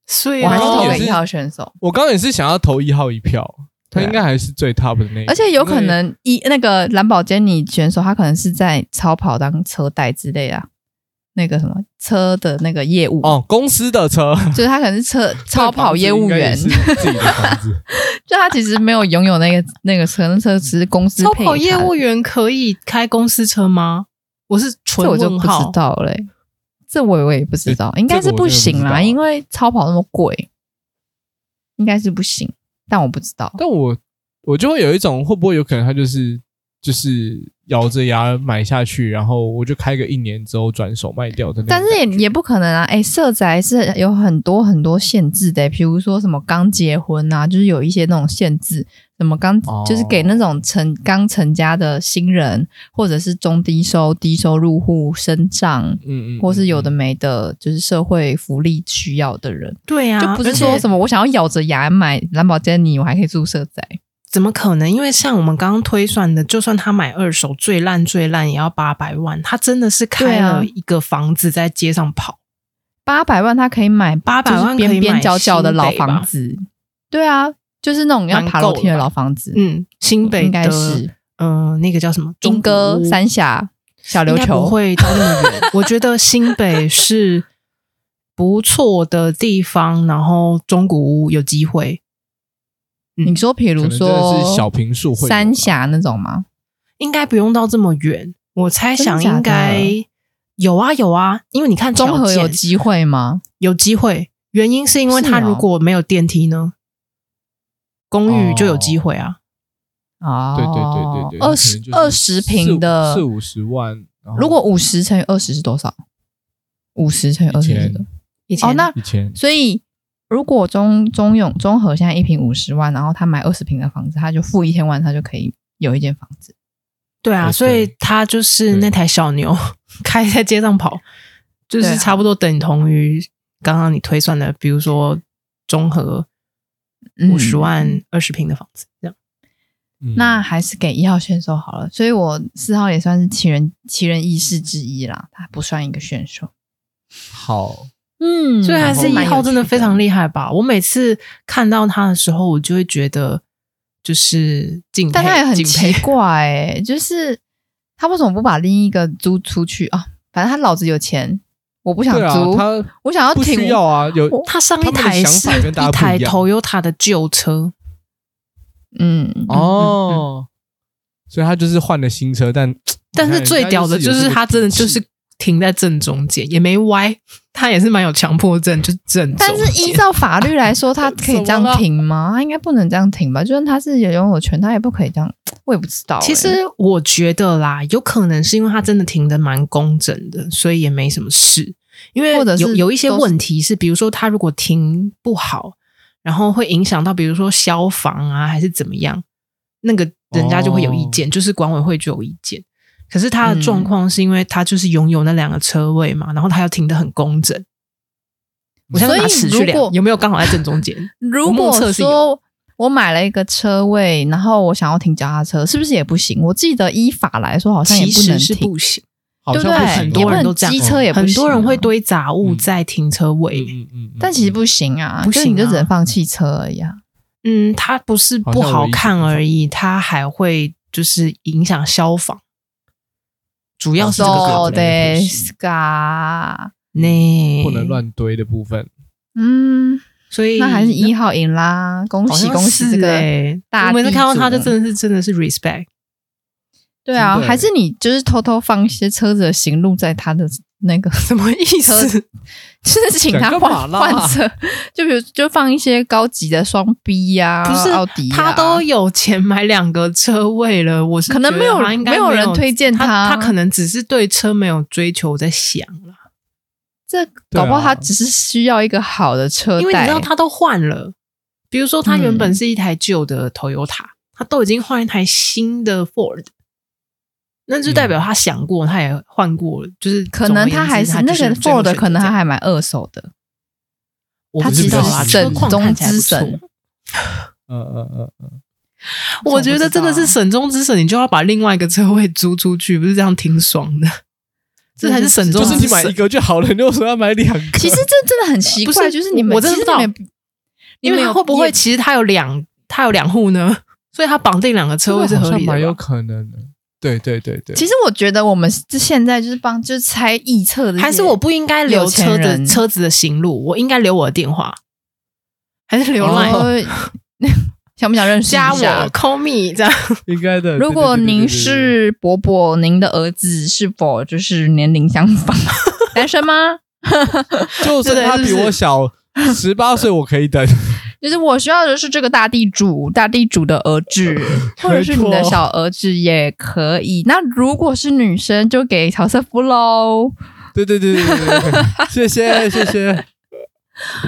[SPEAKER 2] 所以
[SPEAKER 3] 我还是
[SPEAKER 1] 哦
[SPEAKER 3] 投
[SPEAKER 1] 也
[SPEAKER 3] 给
[SPEAKER 1] 是
[SPEAKER 3] 一号选手，
[SPEAKER 1] 我刚刚也是想要投一号一票，他
[SPEAKER 3] 对啊
[SPEAKER 1] 应该还是最 top 的那一个，
[SPEAKER 3] 而且有可
[SPEAKER 1] 因为
[SPEAKER 3] 能一那个蓝宝坚尼选手他可能是在超跑当车贷之类的啊，那个什么车的那个业务，
[SPEAKER 1] 哦，公司的车
[SPEAKER 3] 就是他可能是 车 超跑业务员，
[SPEAKER 1] 那个房子应该也是自己的房子，
[SPEAKER 3] 就他其实没有拥有那个那个车，那车只是公司
[SPEAKER 2] 超
[SPEAKER 3] 配
[SPEAKER 2] 跑
[SPEAKER 3] 他
[SPEAKER 2] 业
[SPEAKER 3] 的
[SPEAKER 2] 务员可以开公司车吗？我是纯
[SPEAKER 3] 这我就
[SPEAKER 2] 问
[SPEAKER 3] 不
[SPEAKER 2] 号
[SPEAKER 3] 知。道嘞、这我我也不知道，应该是不行
[SPEAKER 1] 这个我真的不知
[SPEAKER 3] 啦，
[SPEAKER 1] 道啊
[SPEAKER 3] 因为超跑那么贵，应该是不行，但我不知道。
[SPEAKER 1] 但我我就会有一种会不会有可能他就是就是咬着牙买下去，然后我就开个一年之后转手卖掉的那种
[SPEAKER 3] 但
[SPEAKER 1] 感觉。
[SPEAKER 3] 是也也不可能啊！哎，社宅是有很多很多限制的，比如说什么刚结婚啊，就是有一些那种限制，什么刚、
[SPEAKER 1] 哦
[SPEAKER 3] 就是给那种成刚成家的新人，或者是中低收低收入户生长，
[SPEAKER 1] 嗯嗯，
[SPEAKER 3] 或是有的
[SPEAKER 1] 嗯
[SPEAKER 3] 没的，就是社会福利需要的人，
[SPEAKER 2] 对呀、啊
[SPEAKER 3] 就不是
[SPEAKER 2] 而且
[SPEAKER 3] 说什么我想要咬着牙买兰博基尼，我还可以住社宅。
[SPEAKER 2] 怎么可能？因为像我们刚刚推算的，就算他买二手最烂最烂也要八百万，他真的是
[SPEAKER 3] 对
[SPEAKER 2] 开
[SPEAKER 3] 啊
[SPEAKER 2] 了一个房子在街上跑，
[SPEAKER 3] 八百万他可以买
[SPEAKER 2] 800
[SPEAKER 3] 就是
[SPEAKER 2] 万可以
[SPEAKER 3] 边边
[SPEAKER 2] 买
[SPEAKER 3] 角角的
[SPEAKER 2] 新
[SPEAKER 3] 老
[SPEAKER 2] 北吧
[SPEAKER 3] 房子，对啊，就是那种要
[SPEAKER 2] 蛮
[SPEAKER 3] 爬
[SPEAKER 2] 够
[SPEAKER 3] 楼梯的
[SPEAKER 2] 了吧
[SPEAKER 3] 老房子，
[SPEAKER 2] 嗯，新北
[SPEAKER 3] 应该
[SPEAKER 2] 的
[SPEAKER 3] 是
[SPEAKER 2] 嗯、呃那个叫什么
[SPEAKER 3] 莺歌、三峡、小
[SPEAKER 2] 应
[SPEAKER 3] 琉
[SPEAKER 2] 该
[SPEAKER 3] 球，
[SPEAKER 2] 不会到那么远。我觉得新北是不错的地方，然后中古屋有机会，嗯
[SPEAKER 3] 你说，比如
[SPEAKER 1] 可能真
[SPEAKER 3] 说
[SPEAKER 1] 的是小平数会有吧
[SPEAKER 3] 三峡那种吗？
[SPEAKER 2] 应该不用到这么远。我猜想
[SPEAKER 3] 真的假的
[SPEAKER 2] 应该有啊有啊，因为你看
[SPEAKER 3] 综合
[SPEAKER 2] 条件
[SPEAKER 3] 有机会吗？
[SPEAKER 2] 有机会，原因是因为
[SPEAKER 3] 是
[SPEAKER 2] 它
[SPEAKER 3] 哦
[SPEAKER 2] 如果没有电梯呢，公寓就有机会啊。
[SPEAKER 3] 哦，
[SPEAKER 1] 对对对对对，
[SPEAKER 3] 二十二十平的
[SPEAKER 1] 四，五十万，然后
[SPEAKER 3] 如果五十乘以二十是多少？五十乘以二十是多少？
[SPEAKER 2] 以
[SPEAKER 3] 哦，那
[SPEAKER 1] 以前
[SPEAKER 3] 所以如果中中永中和现在一平五十万，然后他买二十平的房子，他就付一千万，他就可以有一间房子。
[SPEAKER 2] 对啊，
[SPEAKER 1] 对
[SPEAKER 2] 所以它就是
[SPEAKER 1] 对
[SPEAKER 2] 那台小牛 开在街上跑，就
[SPEAKER 3] 对啊
[SPEAKER 2] 是差不多等同于刚刚你推算的，比如说综合
[SPEAKER 3] 嗯
[SPEAKER 2] 五十万二十平的房子这样。
[SPEAKER 1] 嗯
[SPEAKER 3] 那还是给一号选手好了。所以我四号也算是奇人奇人异事之一啦，他不算一个选手。
[SPEAKER 1] 好，
[SPEAKER 3] 嗯
[SPEAKER 2] 所以还是一号真的非常
[SPEAKER 3] 害。
[SPEAKER 2] 厉害吧？我每次看到他的时候，我就会觉得就是敬佩，
[SPEAKER 3] 但他也很
[SPEAKER 2] 敬
[SPEAKER 3] 奇
[SPEAKER 2] 佩。
[SPEAKER 3] 怪、欸，就是他为什么不把另一个租出去啊？反正他老子有钱，我不想
[SPEAKER 1] 对啊
[SPEAKER 3] 租，，
[SPEAKER 1] 他
[SPEAKER 3] 我想要
[SPEAKER 1] 不
[SPEAKER 3] 挺
[SPEAKER 1] 需要啊，有
[SPEAKER 2] 他上一
[SPEAKER 1] 他们的
[SPEAKER 2] 台
[SPEAKER 1] 想
[SPEAKER 2] 是
[SPEAKER 1] 法跟大家
[SPEAKER 2] 一
[SPEAKER 1] 不一
[SPEAKER 2] 台
[SPEAKER 1] 样
[SPEAKER 2] Toyota 的旧车，
[SPEAKER 3] 嗯嗯嗯嗯
[SPEAKER 1] 哦，所以他就是换了新车，但
[SPEAKER 2] 但是最屌的就是他真的就是停在正中间，也没歪，他也是蛮有强迫症，就是正中间。
[SPEAKER 3] 但是依照法律来说，他可以这样停吗？他应该不能这样停吧？就算他是有拥有权，他也不可以这样。我也不知道欸、
[SPEAKER 2] 其实我觉得啦，有可能是因为他真的停的蛮工整的，所以也没什么事。因为
[SPEAKER 3] 或者是
[SPEAKER 2] 有有一些
[SPEAKER 3] 都是
[SPEAKER 2] 问题是，比如说他如果停不好，然后会影响到比如说消防啊，还是怎么样，那个人家就会有意
[SPEAKER 1] 哦
[SPEAKER 2] 见，就是管委会就有意见。可是
[SPEAKER 3] 嗯
[SPEAKER 2] 他的状况是因为他就是拥有那两个车位嘛，然后他要停的很工整。我相信他
[SPEAKER 3] 所以
[SPEAKER 2] 持续
[SPEAKER 3] 如果
[SPEAKER 2] 量有没有刚好在正中 间？
[SPEAKER 3] 如
[SPEAKER 2] 我目测
[SPEAKER 3] 果
[SPEAKER 2] 是有
[SPEAKER 3] 说我买了一个车位，然后我想要停脚踏车，是不是也不行？我记得依法来说，好像也
[SPEAKER 2] 其
[SPEAKER 3] 不能
[SPEAKER 2] 实是
[SPEAKER 3] 停，
[SPEAKER 2] 不行，
[SPEAKER 1] 好
[SPEAKER 3] 对
[SPEAKER 1] 像
[SPEAKER 3] 不对？
[SPEAKER 1] 行哦
[SPEAKER 2] 很多
[SPEAKER 3] 也不
[SPEAKER 2] 人
[SPEAKER 3] 能
[SPEAKER 2] 都这样哦
[SPEAKER 3] 机车也不行、啊
[SPEAKER 2] 很多人会。堆杂物
[SPEAKER 1] 嗯
[SPEAKER 2] 在停车位。
[SPEAKER 1] 嗯嗯嗯嗯
[SPEAKER 3] 但其实不行啊，
[SPEAKER 2] 不
[SPEAKER 3] 就
[SPEAKER 2] 行
[SPEAKER 3] 你就
[SPEAKER 2] 啊
[SPEAKER 3] 只能放汽车而已啊。
[SPEAKER 2] 嗯，它不是不好看而已，它还会就是影响消防，主要啊是这个考
[SPEAKER 1] 哦
[SPEAKER 3] そう
[SPEAKER 2] 量。
[SPEAKER 3] ですか。
[SPEAKER 2] 那
[SPEAKER 1] 不能，乱堆的部分，
[SPEAKER 3] 嗯，
[SPEAKER 2] 所以
[SPEAKER 3] 那还是一号赢啦，恭
[SPEAKER 2] 好
[SPEAKER 3] 喜
[SPEAKER 2] 像
[SPEAKER 3] 恭喜这
[SPEAKER 2] 是
[SPEAKER 3] 个。
[SPEAKER 2] 欸
[SPEAKER 3] 大
[SPEAKER 2] 我每次
[SPEAKER 3] 地
[SPEAKER 2] 看到他
[SPEAKER 3] 主
[SPEAKER 2] 就真的是真的是 respect，
[SPEAKER 3] 对啊，
[SPEAKER 1] 真的
[SPEAKER 3] 还是你就是偷偷放一些车子的行路在他的那个，
[SPEAKER 2] 什么意思？
[SPEAKER 3] 就是请他
[SPEAKER 1] 想
[SPEAKER 3] 换
[SPEAKER 1] 干嘛啦
[SPEAKER 3] 换车， 就比如就放一些高级的双 B 呀、
[SPEAKER 2] 不是
[SPEAKER 3] 奥迪、啊，
[SPEAKER 2] 他都有钱买两个车位了，我是
[SPEAKER 3] 可能
[SPEAKER 2] 觉得
[SPEAKER 3] 没有
[SPEAKER 2] 他应该
[SPEAKER 3] 没有
[SPEAKER 2] 有
[SPEAKER 3] 人推荐
[SPEAKER 2] 他
[SPEAKER 3] 他
[SPEAKER 2] 可能只是对车没有追求，在想啦，
[SPEAKER 3] 这
[SPEAKER 1] 对
[SPEAKER 3] 搞
[SPEAKER 1] 啊
[SPEAKER 3] 不好他只是需要一个好的车
[SPEAKER 2] 因为你
[SPEAKER 3] 贷嗯
[SPEAKER 2] 知道，他都换了，比如说他原本是一台旧的 Toyota，、他都已经换一台新的 Ford，那就代表他想过，他也换过了，就是
[SPEAKER 3] 嗯可
[SPEAKER 2] 总而
[SPEAKER 3] 能
[SPEAKER 2] 言之他
[SPEAKER 3] 还是那
[SPEAKER 2] 就是
[SPEAKER 3] 个
[SPEAKER 2] 最后
[SPEAKER 3] Ford 可
[SPEAKER 2] 选择这
[SPEAKER 3] 能他
[SPEAKER 2] 样
[SPEAKER 3] 还买二手的，
[SPEAKER 2] 我
[SPEAKER 3] 他
[SPEAKER 1] 不
[SPEAKER 2] 不
[SPEAKER 1] 是
[SPEAKER 2] 知
[SPEAKER 3] 其实
[SPEAKER 2] 道
[SPEAKER 1] 比较
[SPEAKER 2] 啦，
[SPEAKER 3] 是
[SPEAKER 1] 喜
[SPEAKER 2] 车
[SPEAKER 1] 欢
[SPEAKER 3] 省
[SPEAKER 2] 况
[SPEAKER 3] 中
[SPEAKER 2] 看起来
[SPEAKER 3] 之
[SPEAKER 2] 不错
[SPEAKER 3] 省，
[SPEAKER 1] 嗯嗯嗯嗯，
[SPEAKER 2] 我觉得真的是省中之省，你就要把另外一个车位租出去，不是这样挺爽的。这才是省中
[SPEAKER 1] 就
[SPEAKER 2] 之
[SPEAKER 1] 是
[SPEAKER 2] 省，
[SPEAKER 1] 你买一个就好了，你为什么要买两个？
[SPEAKER 3] 啊其实这真的很奇
[SPEAKER 2] 不
[SPEAKER 3] 怪，
[SPEAKER 2] 是
[SPEAKER 3] 就是你们
[SPEAKER 2] 我真的
[SPEAKER 3] 其实
[SPEAKER 2] 不知道
[SPEAKER 3] 你们
[SPEAKER 2] 因为
[SPEAKER 3] 你们有
[SPEAKER 2] 他会不会其实他有两他有两户呢？所以他绑定两个车位是合
[SPEAKER 1] 好像
[SPEAKER 2] 理
[SPEAKER 1] 蛮有
[SPEAKER 2] 的吧。
[SPEAKER 1] 可能的，对对对对，
[SPEAKER 3] 其实我觉得我们这现在就是帮，就是猜臆测的，
[SPEAKER 2] 还是我不应该留车
[SPEAKER 3] 有钱
[SPEAKER 2] 的
[SPEAKER 3] 人
[SPEAKER 2] 车子的行路，我应该留我的电话，还是留 line、
[SPEAKER 3] 哦 想不想认识一
[SPEAKER 2] 加我
[SPEAKER 3] 下？
[SPEAKER 2] call me 这样？
[SPEAKER 1] 应该 的。
[SPEAKER 3] 如果
[SPEAKER 1] 对对对对
[SPEAKER 3] 您
[SPEAKER 1] 对对
[SPEAKER 3] 是伯伯，您的儿子是否就是年龄相 仿，单身吗？
[SPEAKER 1] 就
[SPEAKER 2] 对
[SPEAKER 1] 算
[SPEAKER 2] 对
[SPEAKER 1] 他
[SPEAKER 2] 是
[SPEAKER 1] 比
[SPEAKER 2] 不
[SPEAKER 1] 我
[SPEAKER 2] 是
[SPEAKER 1] 小十八岁，我可以等。
[SPEAKER 3] 就是我需要的是这个大地主，大地主的儿 子，或者是你的小儿子也可以。那如果是女生，就给乔瑟夫喽。
[SPEAKER 1] 对对对对对对，谢谢谢谢。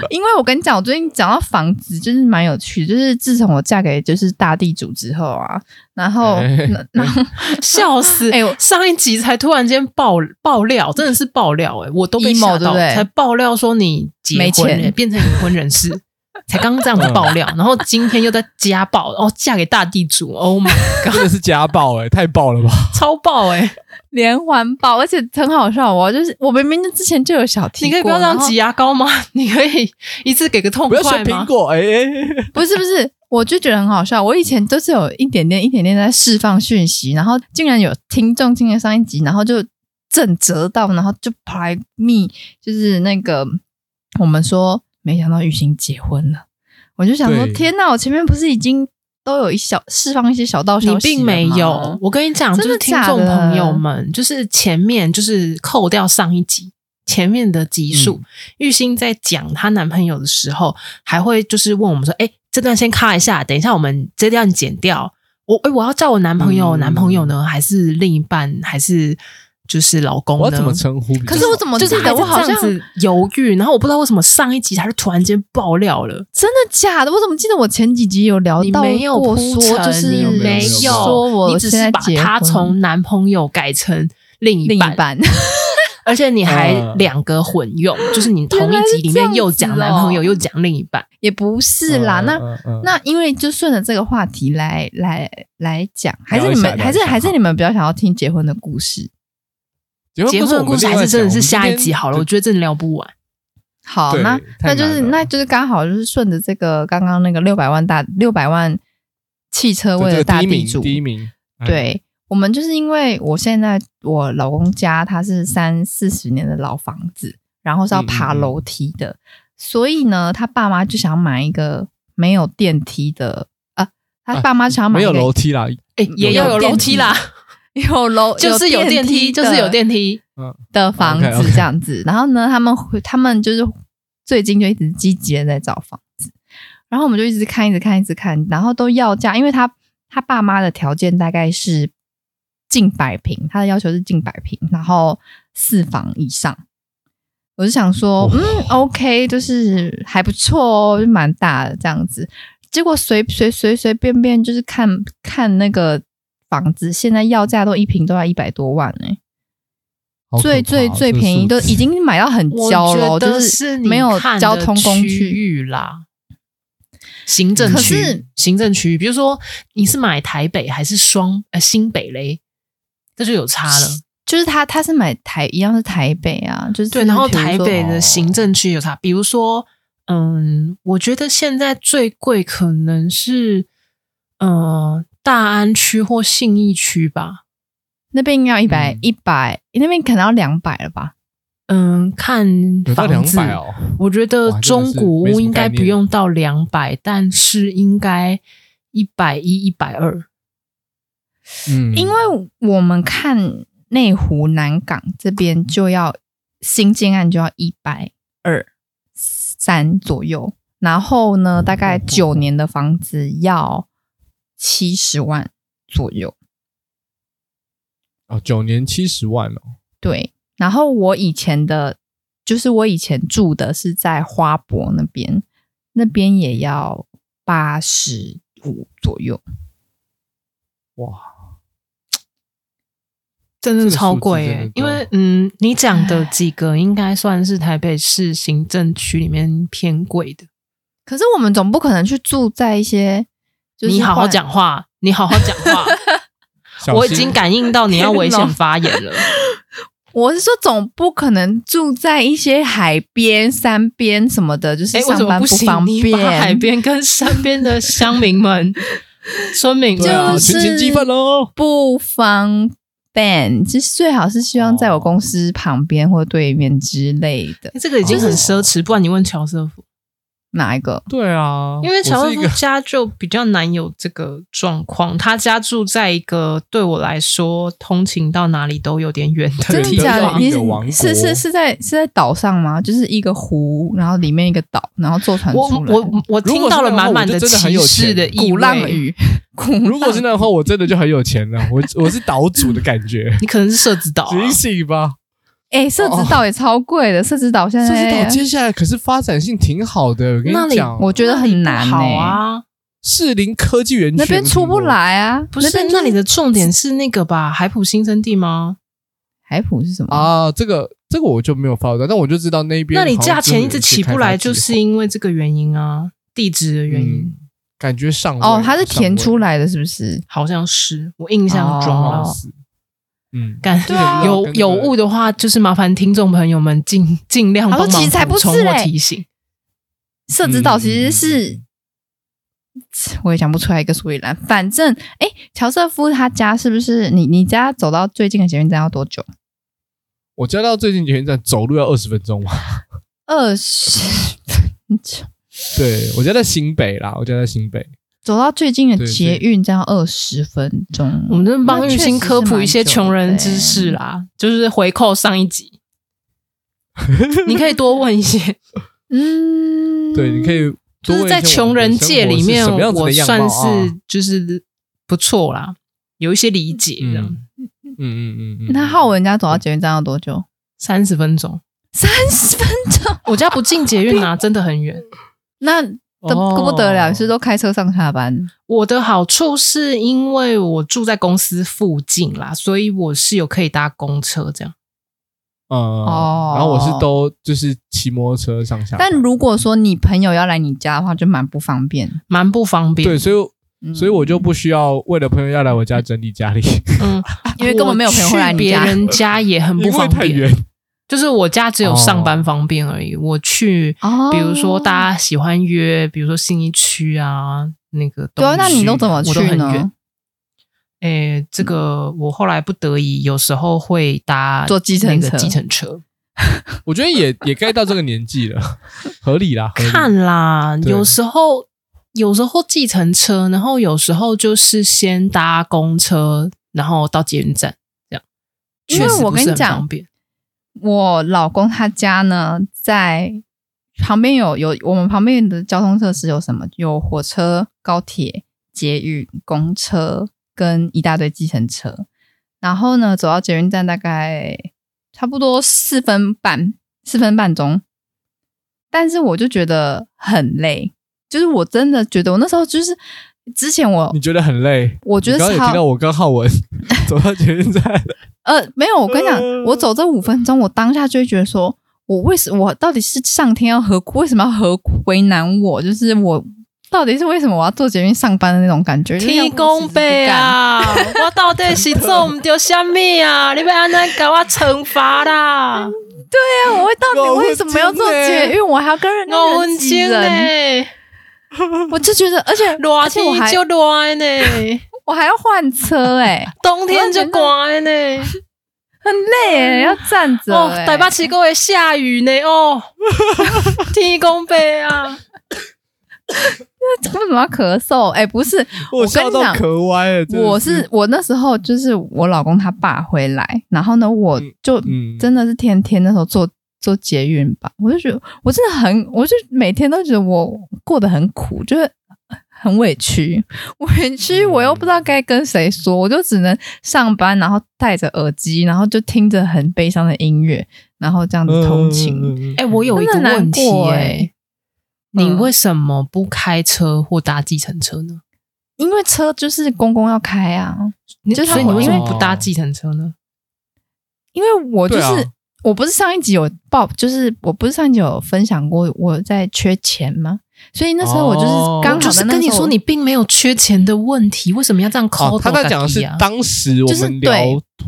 [SPEAKER 3] 因为我跟你讲，我最近讲到房子，就是蛮有趣的。就是自从我嫁给就是大地主之后啊，然后、
[SPEAKER 1] 哎
[SPEAKER 3] 那然后
[SPEAKER 2] 笑死！
[SPEAKER 3] 哎我
[SPEAKER 2] 上一集才突然间爆爆料，真的是爆料哎、我都被
[SPEAKER 3] emo，
[SPEAKER 2] 吓
[SPEAKER 3] 对不
[SPEAKER 2] 到，
[SPEAKER 3] 对
[SPEAKER 2] 才爆料说你结
[SPEAKER 3] 没
[SPEAKER 2] 婚、
[SPEAKER 3] 钱
[SPEAKER 2] 欸，变成已婚人士，才刚这样子爆料，然后今天又在家暴，哦，嫁给大地主，Oh my
[SPEAKER 1] 真
[SPEAKER 2] god，
[SPEAKER 1] 的是家暴哎、太暴了吧？
[SPEAKER 2] 超爆哎、
[SPEAKER 3] 连环爆，而且很好笑哦。就是我明明之前就有小提过，
[SPEAKER 2] 你可以不要这样
[SPEAKER 3] 然后
[SPEAKER 2] 挤牙膏吗？你可以一次给个痛
[SPEAKER 1] 不
[SPEAKER 2] 快
[SPEAKER 1] 要选苹
[SPEAKER 2] 吗？
[SPEAKER 1] 果哎、哎
[SPEAKER 3] 不是不是，我就觉得很好笑。我以前都是有一点点一点点在释放讯息，然后竟然有听众听了上一集，然后就正折到，然后就跑来密，就是那个我们说没想到玉兴结婚了，我就想说
[SPEAKER 1] 对
[SPEAKER 3] 天哪，我前面不是已经都有一小释放一些小道消息
[SPEAKER 2] 你
[SPEAKER 3] 了吗
[SPEAKER 2] 并没有，我跟你讲，就
[SPEAKER 3] 真的
[SPEAKER 2] 是听
[SPEAKER 3] 假的
[SPEAKER 2] 众朋友们，就是前面就是扣掉上一集前面的集
[SPEAKER 3] 嗯
[SPEAKER 2] 数，玉兴在讲她男朋友的时候，还会就是问我们说：“哎、这段先卡一下，等一下我们这段剪掉。我哎、我要叫我男朋友，
[SPEAKER 1] 嗯
[SPEAKER 2] 男朋友呢，还是另一半，还是就是老公呢？
[SPEAKER 1] 我要怎么称呼比较好？
[SPEAKER 3] 可是我怎么
[SPEAKER 2] 就
[SPEAKER 3] 记
[SPEAKER 2] 是
[SPEAKER 3] 得我好
[SPEAKER 2] 还
[SPEAKER 3] 像
[SPEAKER 2] 是这样子犹豫，然后我不知道为什么上一集他就突然间爆料了。
[SPEAKER 3] 真的假的？我怎么记得我前几集有聊
[SPEAKER 2] 你
[SPEAKER 3] 到
[SPEAKER 2] 没有
[SPEAKER 3] 过
[SPEAKER 2] 铺
[SPEAKER 3] 说，
[SPEAKER 2] 陈，
[SPEAKER 3] 就是
[SPEAKER 2] 你没
[SPEAKER 1] 没有
[SPEAKER 2] 有
[SPEAKER 3] 说我
[SPEAKER 2] 你只
[SPEAKER 3] 现
[SPEAKER 2] 是
[SPEAKER 3] 在
[SPEAKER 2] 把
[SPEAKER 3] 结
[SPEAKER 2] 他
[SPEAKER 3] 婚
[SPEAKER 2] 从男朋友改成另一
[SPEAKER 3] 另
[SPEAKER 2] 半，
[SPEAKER 3] 一半。
[SPEAKER 2] 而且你还
[SPEAKER 1] 嗯
[SPEAKER 2] 两个混用，就是你同一
[SPEAKER 3] 原来是
[SPEAKER 2] 集里
[SPEAKER 3] 这
[SPEAKER 2] 面
[SPEAKER 3] 样
[SPEAKER 2] 又
[SPEAKER 3] 子
[SPEAKER 2] 讲
[SPEAKER 3] 哦
[SPEAKER 2] 男朋友，又讲另一半。
[SPEAKER 3] 也不是啦，
[SPEAKER 1] 嗯
[SPEAKER 3] 那
[SPEAKER 1] 嗯嗯
[SPEAKER 3] 那因为就顺着这个话题来来来讲，还是
[SPEAKER 1] 聊一
[SPEAKER 3] 你
[SPEAKER 1] 下
[SPEAKER 3] 们
[SPEAKER 1] 聊一
[SPEAKER 3] 还是
[SPEAKER 1] 下
[SPEAKER 3] 还是
[SPEAKER 1] 好
[SPEAKER 3] 你们比较想要听结婚的故事？
[SPEAKER 2] 结婚的故事还是真的是下一集好了，我
[SPEAKER 1] 我
[SPEAKER 2] 觉得真的聊不完。
[SPEAKER 3] 好，
[SPEAKER 1] 对
[SPEAKER 3] 那
[SPEAKER 1] 太
[SPEAKER 3] 那
[SPEAKER 1] 难
[SPEAKER 3] 就是
[SPEAKER 1] 了
[SPEAKER 3] 那就是刚好就是顺着这个刚刚那个六百万大六百万汽车位
[SPEAKER 1] 为
[SPEAKER 3] 的
[SPEAKER 1] 了
[SPEAKER 3] 大
[SPEAKER 1] 第一
[SPEAKER 3] 地
[SPEAKER 1] 名，
[SPEAKER 3] 主，
[SPEAKER 1] 第一名，哎，
[SPEAKER 3] 对我们就是因为我现在我老公家他是三四十年的老房子，然后是要
[SPEAKER 1] 嗯嗯
[SPEAKER 3] 爬
[SPEAKER 1] 嗯
[SPEAKER 3] 楼梯的，所以呢，他爸妈就想买一个没有电梯的啊，他
[SPEAKER 1] 啊
[SPEAKER 3] 爸妈想要买
[SPEAKER 1] 没
[SPEAKER 3] 一个
[SPEAKER 1] 有楼梯啦，
[SPEAKER 2] 哎，也
[SPEAKER 1] 有
[SPEAKER 2] 有
[SPEAKER 1] 电
[SPEAKER 2] 楼
[SPEAKER 1] 梯
[SPEAKER 2] 梯啦，
[SPEAKER 3] 有楼
[SPEAKER 2] 就是有电梯，就是有
[SPEAKER 3] 的
[SPEAKER 2] 电梯。
[SPEAKER 3] 的房子
[SPEAKER 1] OK，OK
[SPEAKER 3] 这样子。然后呢，他们回他们就是最近就一直积极的在找房子，然后我们就一直看，一直看，一直看，然后都要价，因为他他爸妈的条件大概是近百平，他的要求是近百平，然后四房以上。我就想说
[SPEAKER 1] 哇，
[SPEAKER 3] 嗯，OK，就是还不错哦，就蛮大的这样子。结果随随随随便便就是看看那个房子，现在要价都一平都要一百多万欸呢、
[SPEAKER 1] 好可怕
[SPEAKER 3] 最
[SPEAKER 1] 哦
[SPEAKER 3] 最
[SPEAKER 1] 这
[SPEAKER 3] 最
[SPEAKER 1] 个
[SPEAKER 3] 便宜
[SPEAKER 1] 数
[SPEAKER 3] 都
[SPEAKER 1] 字
[SPEAKER 3] 已经买到很
[SPEAKER 2] 我
[SPEAKER 3] 郊
[SPEAKER 2] 觉
[SPEAKER 3] 了，
[SPEAKER 2] 得
[SPEAKER 3] 就是
[SPEAKER 2] 你
[SPEAKER 3] 没有
[SPEAKER 2] 看的
[SPEAKER 3] 交通工
[SPEAKER 2] 区
[SPEAKER 3] 具。
[SPEAKER 2] 域啦。行政
[SPEAKER 3] 可
[SPEAKER 2] 区
[SPEAKER 3] 是，
[SPEAKER 2] 行政区，比如说你是买台北还是双呃新北嘞，这就有差了。
[SPEAKER 3] 就是他他是买台一样是台北啊，就是
[SPEAKER 2] 对，然后
[SPEAKER 3] 比如
[SPEAKER 2] 台
[SPEAKER 3] 说
[SPEAKER 2] 北的行政区有差，比如说，嗯，我觉得现在最贵可能是，呃，大安区或信义区吧。
[SPEAKER 3] 那边应该要一百
[SPEAKER 1] 嗯
[SPEAKER 3] 一百，那边可能要两百了吧？
[SPEAKER 2] 嗯，看
[SPEAKER 1] 有到
[SPEAKER 2] 房
[SPEAKER 1] 两
[SPEAKER 2] 子，
[SPEAKER 1] 百哦，
[SPEAKER 2] 我觉
[SPEAKER 1] 哇
[SPEAKER 2] 得
[SPEAKER 1] 真的
[SPEAKER 2] 中
[SPEAKER 1] 是
[SPEAKER 2] 古
[SPEAKER 1] 没什
[SPEAKER 2] 屋
[SPEAKER 1] 么
[SPEAKER 2] 应
[SPEAKER 1] 概
[SPEAKER 2] 该
[SPEAKER 1] 念
[SPEAKER 2] 不用到两百，但是应该一百一、一百二。
[SPEAKER 1] 嗯，
[SPEAKER 3] 因为我们看内湖南港这边就要新建案就要一百二三左右，然后呢，大
[SPEAKER 2] 哦
[SPEAKER 3] 概九年的房子要七十万左右。
[SPEAKER 1] 哦九年七十万哦，
[SPEAKER 3] 对，然后我以前的，就是我以前住的是在花博那边，那边也要八十五左右，
[SPEAKER 1] 哇，
[SPEAKER 2] 真的
[SPEAKER 1] 这个
[SPEAKER 2] 超
[SPEAKER 1] 数字
[SPEAKER 2] 贵
[SPEAKER 1] 真
[SPEAKER 2] 耶
[SPEAKER 1] 的！啊
[SPEAKER 2] 因
[SPEAKER 1] 高
[SPEAKER 2] 为嗯，你讲的几个应该算是台北市行政区里面偏贵的。
[SPEAKER 3] 可是我们总不可能去住在一些，就是
[SPEAKER 2] 你好好
[SPEAKER 3] 换，
[SPEAKER 2] 讲话，你好好讲话。
[SPEAKER 1] 小
[SPEAKER 2] 我已
[SPEAKER 1] 心
[SPEAKER 2] 经感应到你要危险发言 了。
[SPEAKER 3] 我是说总不可能住在一些海边、山边什么的，就是
[SPEAKER 2] 哎，为
[SPEAKER 3] 上
[SPEAKER 2] 什么
[SPEAKER 3] 班
[SPEAKER 2] 不行？
[SPEAKER 3] 方
[SPEAKER 2] 你
[SPEAKER 3] 便。
[SPEAKER 2] 把海边跟山边的乡民 们、村民们
[SPEAKER 1] 对啊
[SPEAKER 3] 就
[SPEAKER 1] 群情
[SPEAKER 3] 是
[SPEAKER 1] 激愤喽，
[SPEAKER 3] 不方便，就是最好是希望在我
[SPEAKER 1] 哦
[SPEAKER 3] 公司旁边或对面之类的。
[SPEAKER 2] 这个已经很奢侈，不然你问乔瑟夫，
[SPEAKER 3] 哪一个？
[SPEAKER 1] 对啊，
[SPEAKER 2] 哦因为乔
[SPEAKER 1] 我
[SPEAKER 2] 瑟
[SPEAKER 1] 是一
[SPEAKER 2] 夫
[SPEAKER 1] 个
[SPEAKER 2] 家就比较难有这个状况。他家住在一个对我来说通勤到哪里都有点远的
[SPEAKER 1] 对
[SPEAKER 3] 真的
[SPEAKER 2] 地
[SPEAKER 1] 都
[SPEAKER 3] 假
[SPEAKER 1] 是
[SPEAKER 3] 的？
[SPEAKER 2] 方。
[SPEAKER 1] 一
[SPEAKER 3] 你
[SPEAKER 1] 个王国
[SPEAKER 3] 是是是在是在岛上吗？就是一个湖，然后里面一个岛，然后坐船
[SPEAKER 2] 我
[SPEAKER 3] 出来。
[SPEAKER 2] 我我
[SPEAKER 1] 如果
[SPEAKER 2] 听到
[SPEAKER 1] 是
[SPEAKER 2] 了
[SPEAKER 1] 那样的话
[SPEAKER 2] 满满
[SPEAKER 1] 我就真的很
[SPEAKER 2] 歧
[SPEAKER 1] 有
[SPEAKER 2] 视
[SPEAKER 1] 钱
[SPEAKER 2] 的意
[SPEAKER 3] 鼓
[SPEAKER 2] 味。，
[SPEAKER 3] 浪屿，鼓浪
[SPEAKER 1] 如果是那样的话，我真的就很有钱了，我我是岛主的感觉
[SPEAKER 2] 你可能是社子岛啊、
[SPEAKER 1] 醒醒吧！
[SPEAKER 3] 哎，社
[SPEAKER 2] 哦
[SPEAKER 3] 子岛也超贵的，社子岛现
[SPEAKER 1] 这是岛
[SPEAKER 3] 在
[SPEAKER 1] 接下来可是发展性挺好的，我跟
[SPEAKER 2] 哎那
[SPEAKER 1] 你
[SPEAKER 2] 里
[SPEAKER 1] 讲，
[SPEAKER 3] 我觉得很难
[SPEAKER 2] 好
[SPEAKER 3] 呢，
[SPEAKER 2] 啊。
[SPEAKER 1] 士林科技园区
[SPEAKER 3] 那边出不，来啊，
[SPEAKER 2] 不是
[SPEAKER 3] 边就是
[SPEAKER 2] 那里的重点是那个吧？海普新生地吗？
[SPEAKER 3] 海浦是什么？
[SPEAKER 2] 哦
[SPEAKER 1] 啊，这个这个我就没有发到，但我就知道那边
[SPEAKER 2] 那里
[SPEAKER 1] 好像
[SPEAKER 2] 价钱一直起不
[SPEAKER 1] 真的有
[SPEAKER 2] 来，就
[SPEAKER 1] 一些开发计划
[SPEAKER 2] 是因为这个原因啊。地质的原因，
[SPEAKER 1] 嗯感觉上位
[SPEAKER 3] 哦，它是填出
[SPEAKER 1] 上
[SPEAKER 3] 来的，是不是？
[SPEAKER 2] 好像是我印象中
[SPEAKER 1] 位
[SPEAKER 2] 啊
[SPEAKER 1] 貌
[SPEAKER 3] 哦
[SPEAKER 1] 似，嗯，
[SPEAKER 2] 干
[SPEAKER 3] 对啊
[SPEAKER 2] 有有误的话，就是麻烦听众朋友们尽尽量帮
[SPEAKER 3] 他说其
[SPEAKER 2] 忙
[SPEAKER 3] 实才不
[SPEAKER 2] 补充
[SPEAKER 3] 是
[SPEAKER 2] 或
[SPEAKER 3] 嘞
[SPEAKER 2] 提醒。
[SPEAKER 3] 社子岛其
[SPEAKER 1] 嗯
[SPEAKER 3] 实
[SPEAKER 1] 嗯嗯
[SPEAKER 3] 是，我也想不出来一个所以然。反正，哎，乔瑟夫他家是不是你你家走到最近的捷运站要多久？
[SPEAKER 1] 我家到最近捷运站走路要二十分钟啊嘛。
[SPEAKER 3] 二十 分钟，
[SPEAKER 1] 对，我家在新北啦，我家在新北。
[SPEAKER 3] 走到最近的
[SPEAKER 1] 对对
[SPEAKER 3] 捷运站要二十分钟。
[SPEAKER 2] 我们这边帮玉兴科普一些穷人
[SPEAKER 3] 那确
[SPEAKER 2] 知
[SPEAKER 3] 实是
[SPEAKER 2] 识啦，就是回扣上一 集，你可以多问一些。
[SPEAKER 3] 嗯，
[SPEAKER 1] 对，你可以
[SPEAKER 2] 就
[SPEAKER 1] 多问
[SPEAKER 2] 是
[SPEAKER 1] 一
[SPEAKER 2] 在
[SPEAKER 1] 些
[SPEAKER 2] 穷
[SPEAKER 1] 我们
[SPEAKER 2] 人
[SPEAKER 1] 的生
[SPEAKER 2] 界
[SPEAKER 1] 活
[SPEAKER 2] 里
[SPEAKER 1] 是
[SPEAKER 2] 面，
[SPEAKER 1] 什么样子
[SPEAKER 2] 我
[SPEAKER 1] 的样
[SPEAKER 2] 算
[SPEAKER 1] 貌啊
[SPEAKER 2] 是就是不错啦，有一些理解的，
[SPEAKER 1] 嗯嗯嗯嗯嗯。
[SPEAKER 3] 那浩文家走到捷运站要多久？
[SPEAKER 2] 三十分钟。
[SPEAKER 3] 三十分钟，
[SPEAKER 2] 我家不近捷运啊， 真的很远。
[SPEAKER 3] 那都
[SPEAKER 1] 哦
[SPEAKER 3] 不得了，是都开车上下班。
[SPEAKER 2] 我的好处是因为我住在公司附近啦，所以我是有可以搭公车这样。
[SPEAKER 1] 嗯，
[SPEAKER 3] 哦
[SPEAKER 1] 然后我是都就是骑摩托车上下班，
[SPEAKER 3] 但如果说你朋友要来你家的话，就蛮不方便。
[SPEAKER 2] 蛮不方便。
[SPEAKER 1] 对，所以
[SPEAKER 3] 嗯
[SPEAKER 1] 所以我就不需要为了朋友要来我家整理家里，
[SPEAKER 2] 嗯，
[SPEAKER 3] 因为根本没有朋友会来
[SPEAKER 2] 我去
[SPEAKER 3] 你家
[SPEAKER 2] 别人家也很不
[SPEAKER 1] 因为
[SPEAKER 2] 方
[SPEAKER 1] 太
[SPEAKER 2] 便。
[SPEAKER 1] 远。哦
[SPEAKER 2] 就是我家只有上班方便而已。我去，
[SPEAKER 3] 哦
[SPEAKER 2] 比如说大家喜欢约，比如说信义区啊，那个
[SPEAKER 3] 对啊，
[SPEAKER 2] 东
[SPEAKER 3] 那你
[SPEAKER 2] 区
[SPEAKER 3] 都怎么
[SPEAKER 2] 我
[SPEAKER 3] 去
[SPEAKER 2] 都很远
[SPEAKER 3] 呢？？
[SPEAKER 2] 诶，这个我后来不得已，有时候会搭
[SPEAKER 3] 坐计程
[SPEAKER 2] 那个
[SPEAKER 3] 车
[SPEAKER 2] 计程车。
[SPEAKER 1] 我觉得也也该到这个年纪了， 合理啦。合理
[SPEAKER 2] 看啦，
[SPEAKER 1] 对
[SPEAKER 2] 有时候有时候计程车，然后有时候就是先搭公车，然后到捷运站这样。
[SPEAKER 3] 因为
[SPEAKER 2] 确实
[SPEAKER 3] 我
[SPEAKER 2] 不
[SPEAKER 3] 跟
[SPEAKER 2] 是
[SPEAKER 3] 你
[SPEAKER 2] 很
[SPEAKER 3] 讲
[SPEAKER 2] 方 便
[SPEAKER 3] 我老公他家呢，在旁边有有我们旁边的交通设施有什么？有火车、高铁、捷运、公车跟一大堆计程车。然后呢，走到捷运站大概差不多四分半，四分半钟。但是我就觉得很累，就是我真的觉得我那时候就是之前我
[SPEAKER 1] 你觉得很累？
[SPEAKER 3] 我觉得
[SPEAKER 1] 你刚刚有
[SPEAKER 3] 超
[SPEAKER 1] 听到我跟浩文 走到捷 运站，
[SPEAKER 3] 呃，没有，我跟你讲
[SPEAKER 1] 嗯，
[SPEAKER 3] 我走这五分钟，我当下就会觉得说，我为什我到底是上天要何为什么要何为难我？就是我到底是为什么我要做捷运上班的那种感觉？就是要
[SPEAKER 2] 天公伯啊！我到底是做唔到什么啊？你要安怎给我惩罚啦？
[SPEAKER 3] 不辞职不干！对啊，我会到底为什么要做捷运？我还要跟人
[SPEAKER 2] 我欸
[SPEAKER 3] 人
[SPEAKER 2] 文
[SPEAKER 3] 挤
[SPEAKER 2] 静
[SPEAKER 3] 人，
[SPEAKER 2] 呢，
[SPEAKER 3] 我就觉得，而且
[SPEAKER 2] 热
[SPEAKER 3] 而且我
[SPEAKER 2] 天
[SPEAKER 3] 还
[SPEAKER 2] 就热 呢，
[SPEAKER 3] 我还要换车、 欸，哎，
[SPEAKER 2] 冬天就寒 呢。
[SPEAKER 3] 很累、欸，要站着、
[SPEAKER 2] 哦，
[SPEAKER 3] 欸
[SPEAKER 2] 台北市还会下雨呢哦， 天公伯啊！
[SPEAKER 3] 为什么要咳嗽？哎、不是，
[SPEAKER 1] 我
[SPEAKER 3] 跟
[SPEAKER 1] 笑
[SPEAKER 3] 你
[SPEAKER 1] 到
[SPEAKER 3] 讲
[SPEAKER 1] 咳歪 了。真的
[SPEAKER 3] 我是我那时候就是我老公他爸回来，然后呢，我
[SPEAKER 1] 嗯
[SPEAKER 3] 就
[SPEAKER 1] 嗯
[SPEAKER 3] 真的是天天那时候坐坐捷运吧，我就觉得我真的很，我就每天都觉得我过得很苦，就是很委屈， 委屈
[SPEAKER 1] 嗯
[SPEAKER 3] 我又不知道该跟谁说，我就只能上班，然后戴着耳机，然后就听着很悲伤的音乐，然后这样子通勤。
[SPEAKER 1] 嗯嗯嗯嗯
[SPEAKER 2] 哎、我有一个
[SPEAKER 3] 真的
[SPEAKER 2] 问
[SPEAKER 3] 难
[SPEAKER 2] 题、
[SPEAKER 3] 过
[SPEAKER 2] 欸，
[SPEAKER 3] 欸
[SPEAKER 2] 你
[SPEAKER 3] 嗯
[SPEAKER 2] 为什么不开车或搭计程车呢？
[SPEAKER 3] 因为车就是公公要开啊，
[SPEAKER 2] 你
[SPEAKER 3] 就是
[SPEAKER 2] 所以你为什么
[SPEAKER 1] 我
[SPEAKER 2] 不搭计程车呢？
[SPEAKER 3] 因为我就是、
[SPEAKER 1] 对啊
[SPEAKER 3] 我不是上一集有报，就是我不是上一集有分享过我在缺钱吗？所以那时候我就是
[SPEAKER 1] 哦
[SPEAKER 3] 刚好
[SPEAKER 2] 就
[SPEAKER 3] 的
[SPEAKER 2] 是
[SPEAKER 3] 那时候
[SPEAKER 2] 跟你说，你并没有缺钱的问题，为什么要这样抠、
[SPEAKER 1] 哦，他在讲的是
[SPEAKER 2] 啊
[SPEAKER 1] 当时我
[SPEAKER 3] 啊就是
[SPEAKER 1] 们聊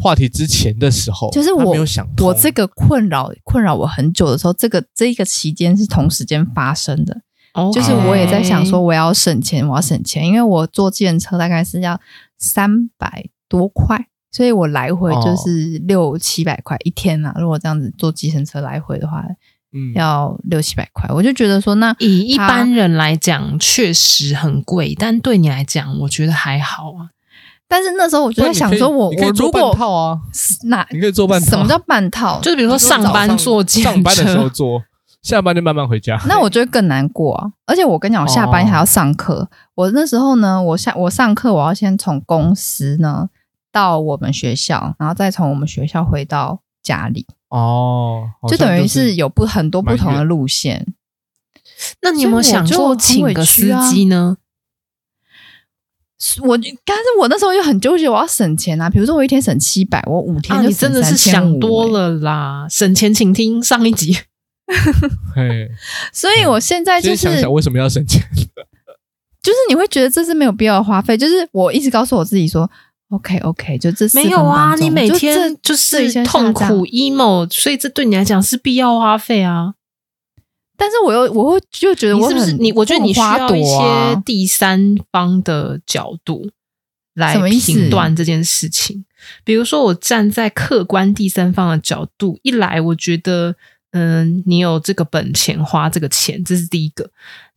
[SPEAKER 1] 话题之前的时候，
[SPEAKER 3] 就是
[SPEAKER 1] 他
[SPEAKER 3] 我
[SPEAKER 1] 没有想通
[SPEAKER 3] 我这个困扰困扰我很久的时候，这个这一个期间是同时间发生的，
[SPEAKER 1] 哦
[SPEAKER 3] 就是我也在想说，我要省钱，我要省钱，因为我坐计程车大概是要三百多块，所以我来回
[SPEAKER 1] 哦
[SPEAKER 3] 就是六七百块一天啊。如果这样子坐计程车来回的话，
[SPEAKER 1] 嗯
[SPEAKER 3] 要六七百块，我就觉得说那
[SPEAKER 2] 以一
[SPEAKER 3] 他
[SPEAKER 2] 般人来讲确实很贵，但对你来讲，我觉得还好啊。
[SPEAKER 3] 但是那时候我就在想说我，
[SPEAKER 1] 不
[SPEAKER 3] 我
[SPEAKER 1] 然你可以你可以
[SPEAKER 3] 如
[SPEAKER 1] 做半
[SPEAKER 3] 果
[SPEAKER 1] 套啊，
[SPEAKER 3] 哪
[SPEAKER 1] 你可以做半套。啊
[SPEAKER 3] 什么叫半套？
[SPEAKER 2] 就是比如说上班坐计程
[SPEAKER 1] 上班的时候
[SPEAKER 2] 车，
[SPEAKER 1] 做，下班就慢慢回家。
[SPEAKER 3] 那我就会更难过啊！而且我跟你讲，我下班还要上
[SPEAKER 1] 哦
[SPEAKER 3] 课。我那时候呢，我下我上课，我要先从公司呢到我们学校，然后再从我们学校回到家里，
[SPEAKER 1] 哦，好
[SPEAKER 3] 就
[SPEAKER 1] 像
[SPEAKER 3] 等于
[SPEAKER 1] 是
[SPEAKER 3] 是有不很多
[SPEAKER 1] 蛮
[SPEAKER 3] 不同的
[SPEAKER 1] 远
[SPEAKER 3] 路线。
[SPEAKER 2] 那你有没有
[SPEAKER 3] 所以
[SPEAKER 2] 想
[SPEAKER 3] 我就
[SPEAKER 2] 过
[SPEAKER 3] 很
[SPEAKER 2] 请
[SPEAKER 3] 委
[SPEAKER 2] 个司
[SPEAKER 3] 屈啊
[SPEAKER 2] 机呢？
[SPEAKER 3] 我但是我那时候就很纠结，我要省钱啊！比如说我一天省七百，我五天
[SPEAKER 2] 啊，
[SPEAKER 3] 就
[SPEAKER 2] 你
[SPEAKER 3] 省
[SPEAKER 2] 真的是
[SPEAKER 3] 3500
[SPEAKER 2] 想多
[SPEAKER 3] 欸。
[SPEAKER 2] 了啦！省钱，请听上一集。
[SPEAKER 1] 嘿，
[SPEAKER 3] 所以我现在就
[SPEAKER 1] 先
[SPEAKER 3] 是
[SPEAKER 1] 想想为什么要省钱，
[SPEAKER 3] 就是你会觉得这是没有必要的花费，就是我一直告诉我自己说，OK OK，就这四
[SPEAKER 2] 没
[SPEAKER 3] 分
[SPEAKER 2] 有啊，
[SPEAKER 3] 当中
[SPEAKER 2] 你每
[SPEAKER 3] 就
[SPEAKER 2] 天
[SPEAKER 3] 这
[SPEAKER 2] 就
[SPEAKER 3] 这一
[SPEAKER 2] 是
[SPEAKER 3] 下
[SPEAKER 2] 痛
[SPEAKER 3] 下这样
[SPEAKER 2] 苦 emo，所以这对你来讲是必要花费啊。
[SPEAKER 3] 但是我又我会就觉得
[SPEAKER 2] 你
[SPEAKER 3] 我
[SPEAKER 2] 是不是
[SPEAKER 3] 很
[SPEAKER 2] 你？我觉得你需
[SPEAKER 3] 花
[SPEAKER 2] 要一
[SPEAKER 3] 朵啊
[SPEAKER 2] 些第三方的角度来
[SPEAKER 3] 什么意思
[SPEAKER 2] 评断这件事情。比如说，我站在客观第三方的角度，一来我觉得，嗯，你有这个本钱花这个钱，这是第一个。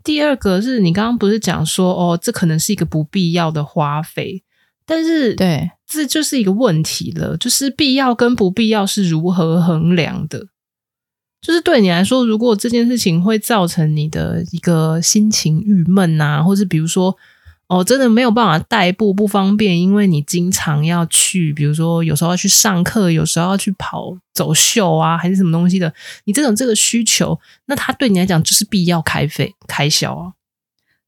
[SPEAKER 2] 第二个是你刚刚不是讲说，哦，这可能是一个不必要的花费，但是
[SPEAKER 3] 对
[SPEAKER 2] 这就是一个问题了，就是必要跟不必要是如何衡量的。就是对你来说，如果这件事情会造成你的一个心情郁闷啊，或是比如说，哦，真的没有办法代步不方便，因为你经常要去，比如说有时候要去上课，有时候要去跑走秀啊，还是什么东西的，你这种这个需求，那它对你来讲就是必要开费开销啊。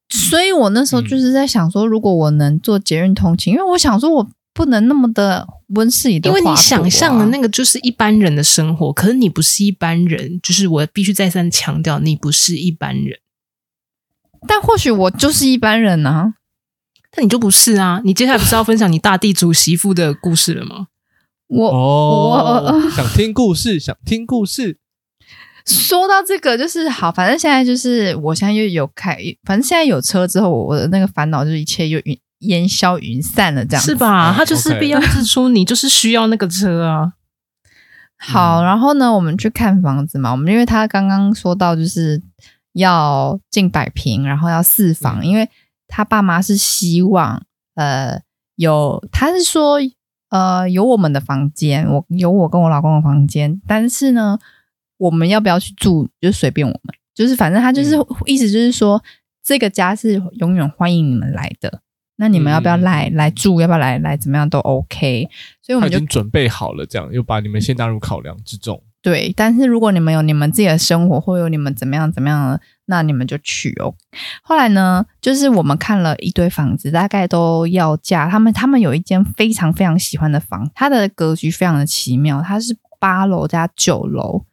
[SPEAKER 3] 所以我那时候就是在想说，如果我能做捷运通勤，因为我想说我不能那么的温室里的
[SPEAKER 2] 因
[SPEAKER 3] 花
[SPEAKER 2] 为
[SPEAKER 3] 朵啊、
[SPEAKER 2] 你想象的那个就是一般人的生活，可是你不是一般人，就是我必须再三强调，你不是一般人，
[SPEAKER 3] 但或许我就是一般人啊。
[SPEAKER 2] 但你就不是啊！你接下来不是要分享你大地主媳妇的故事了吗？
[SPEAKER 3] 我、
[SPEAKER 1] 哦，想听故事，想听故事，
[SPEAKER 3] 说到这个，就是好，反正现在就是我现在又有开，反正现在有车之后，我我的那个烦恼就是一切又云烟消云散了，这样子
[SPEAKER 2] 是？吧？
[SPEAKER 1] 嗯
[SPEAKER 2] 他就是必要支出，你就是需要那个车啊。
[SPEAKER 3] 好，
[SPEAKER 1] 嗯
[SPEAKER 3] 然后呢，我们去看房子嘛。我们因为他刚刚说到就是要近百平，然后要四
[SPEAKER 1] 嗯
[SPEAKER 3] 房，因为他爸妈是希望呃有，他是说呃有我们的房间，我有我跟我老公的房间，但是呢，我们要不要去住就随便我们，就是反正他
[SPEAKER 1] 嗯
[SPEAKER 3] 就是、意思就是说这个家是永远欢迎你们来的。那你们要不要
[SPEAKER 1] 嗯
[SPEAKER 3] 来、来住？要不要来来怎么样都 OK，所以我
[SPEAKER 1] 他已
[SPEAKER 3] 们就
[SPEAKER 1] 经准备好了，这样又把你们先纳入考量之中。
[SPEAKER 3] 对，但是如果你们有你们自己的生活，或有你们怎么样怎么样的，那你们就去哦。后来呢，就是我们看了一堆房子，大概都要价。他们他们有一间非常非常喜欢的房，它的格局非常的奇妙，它是八楼加九楼。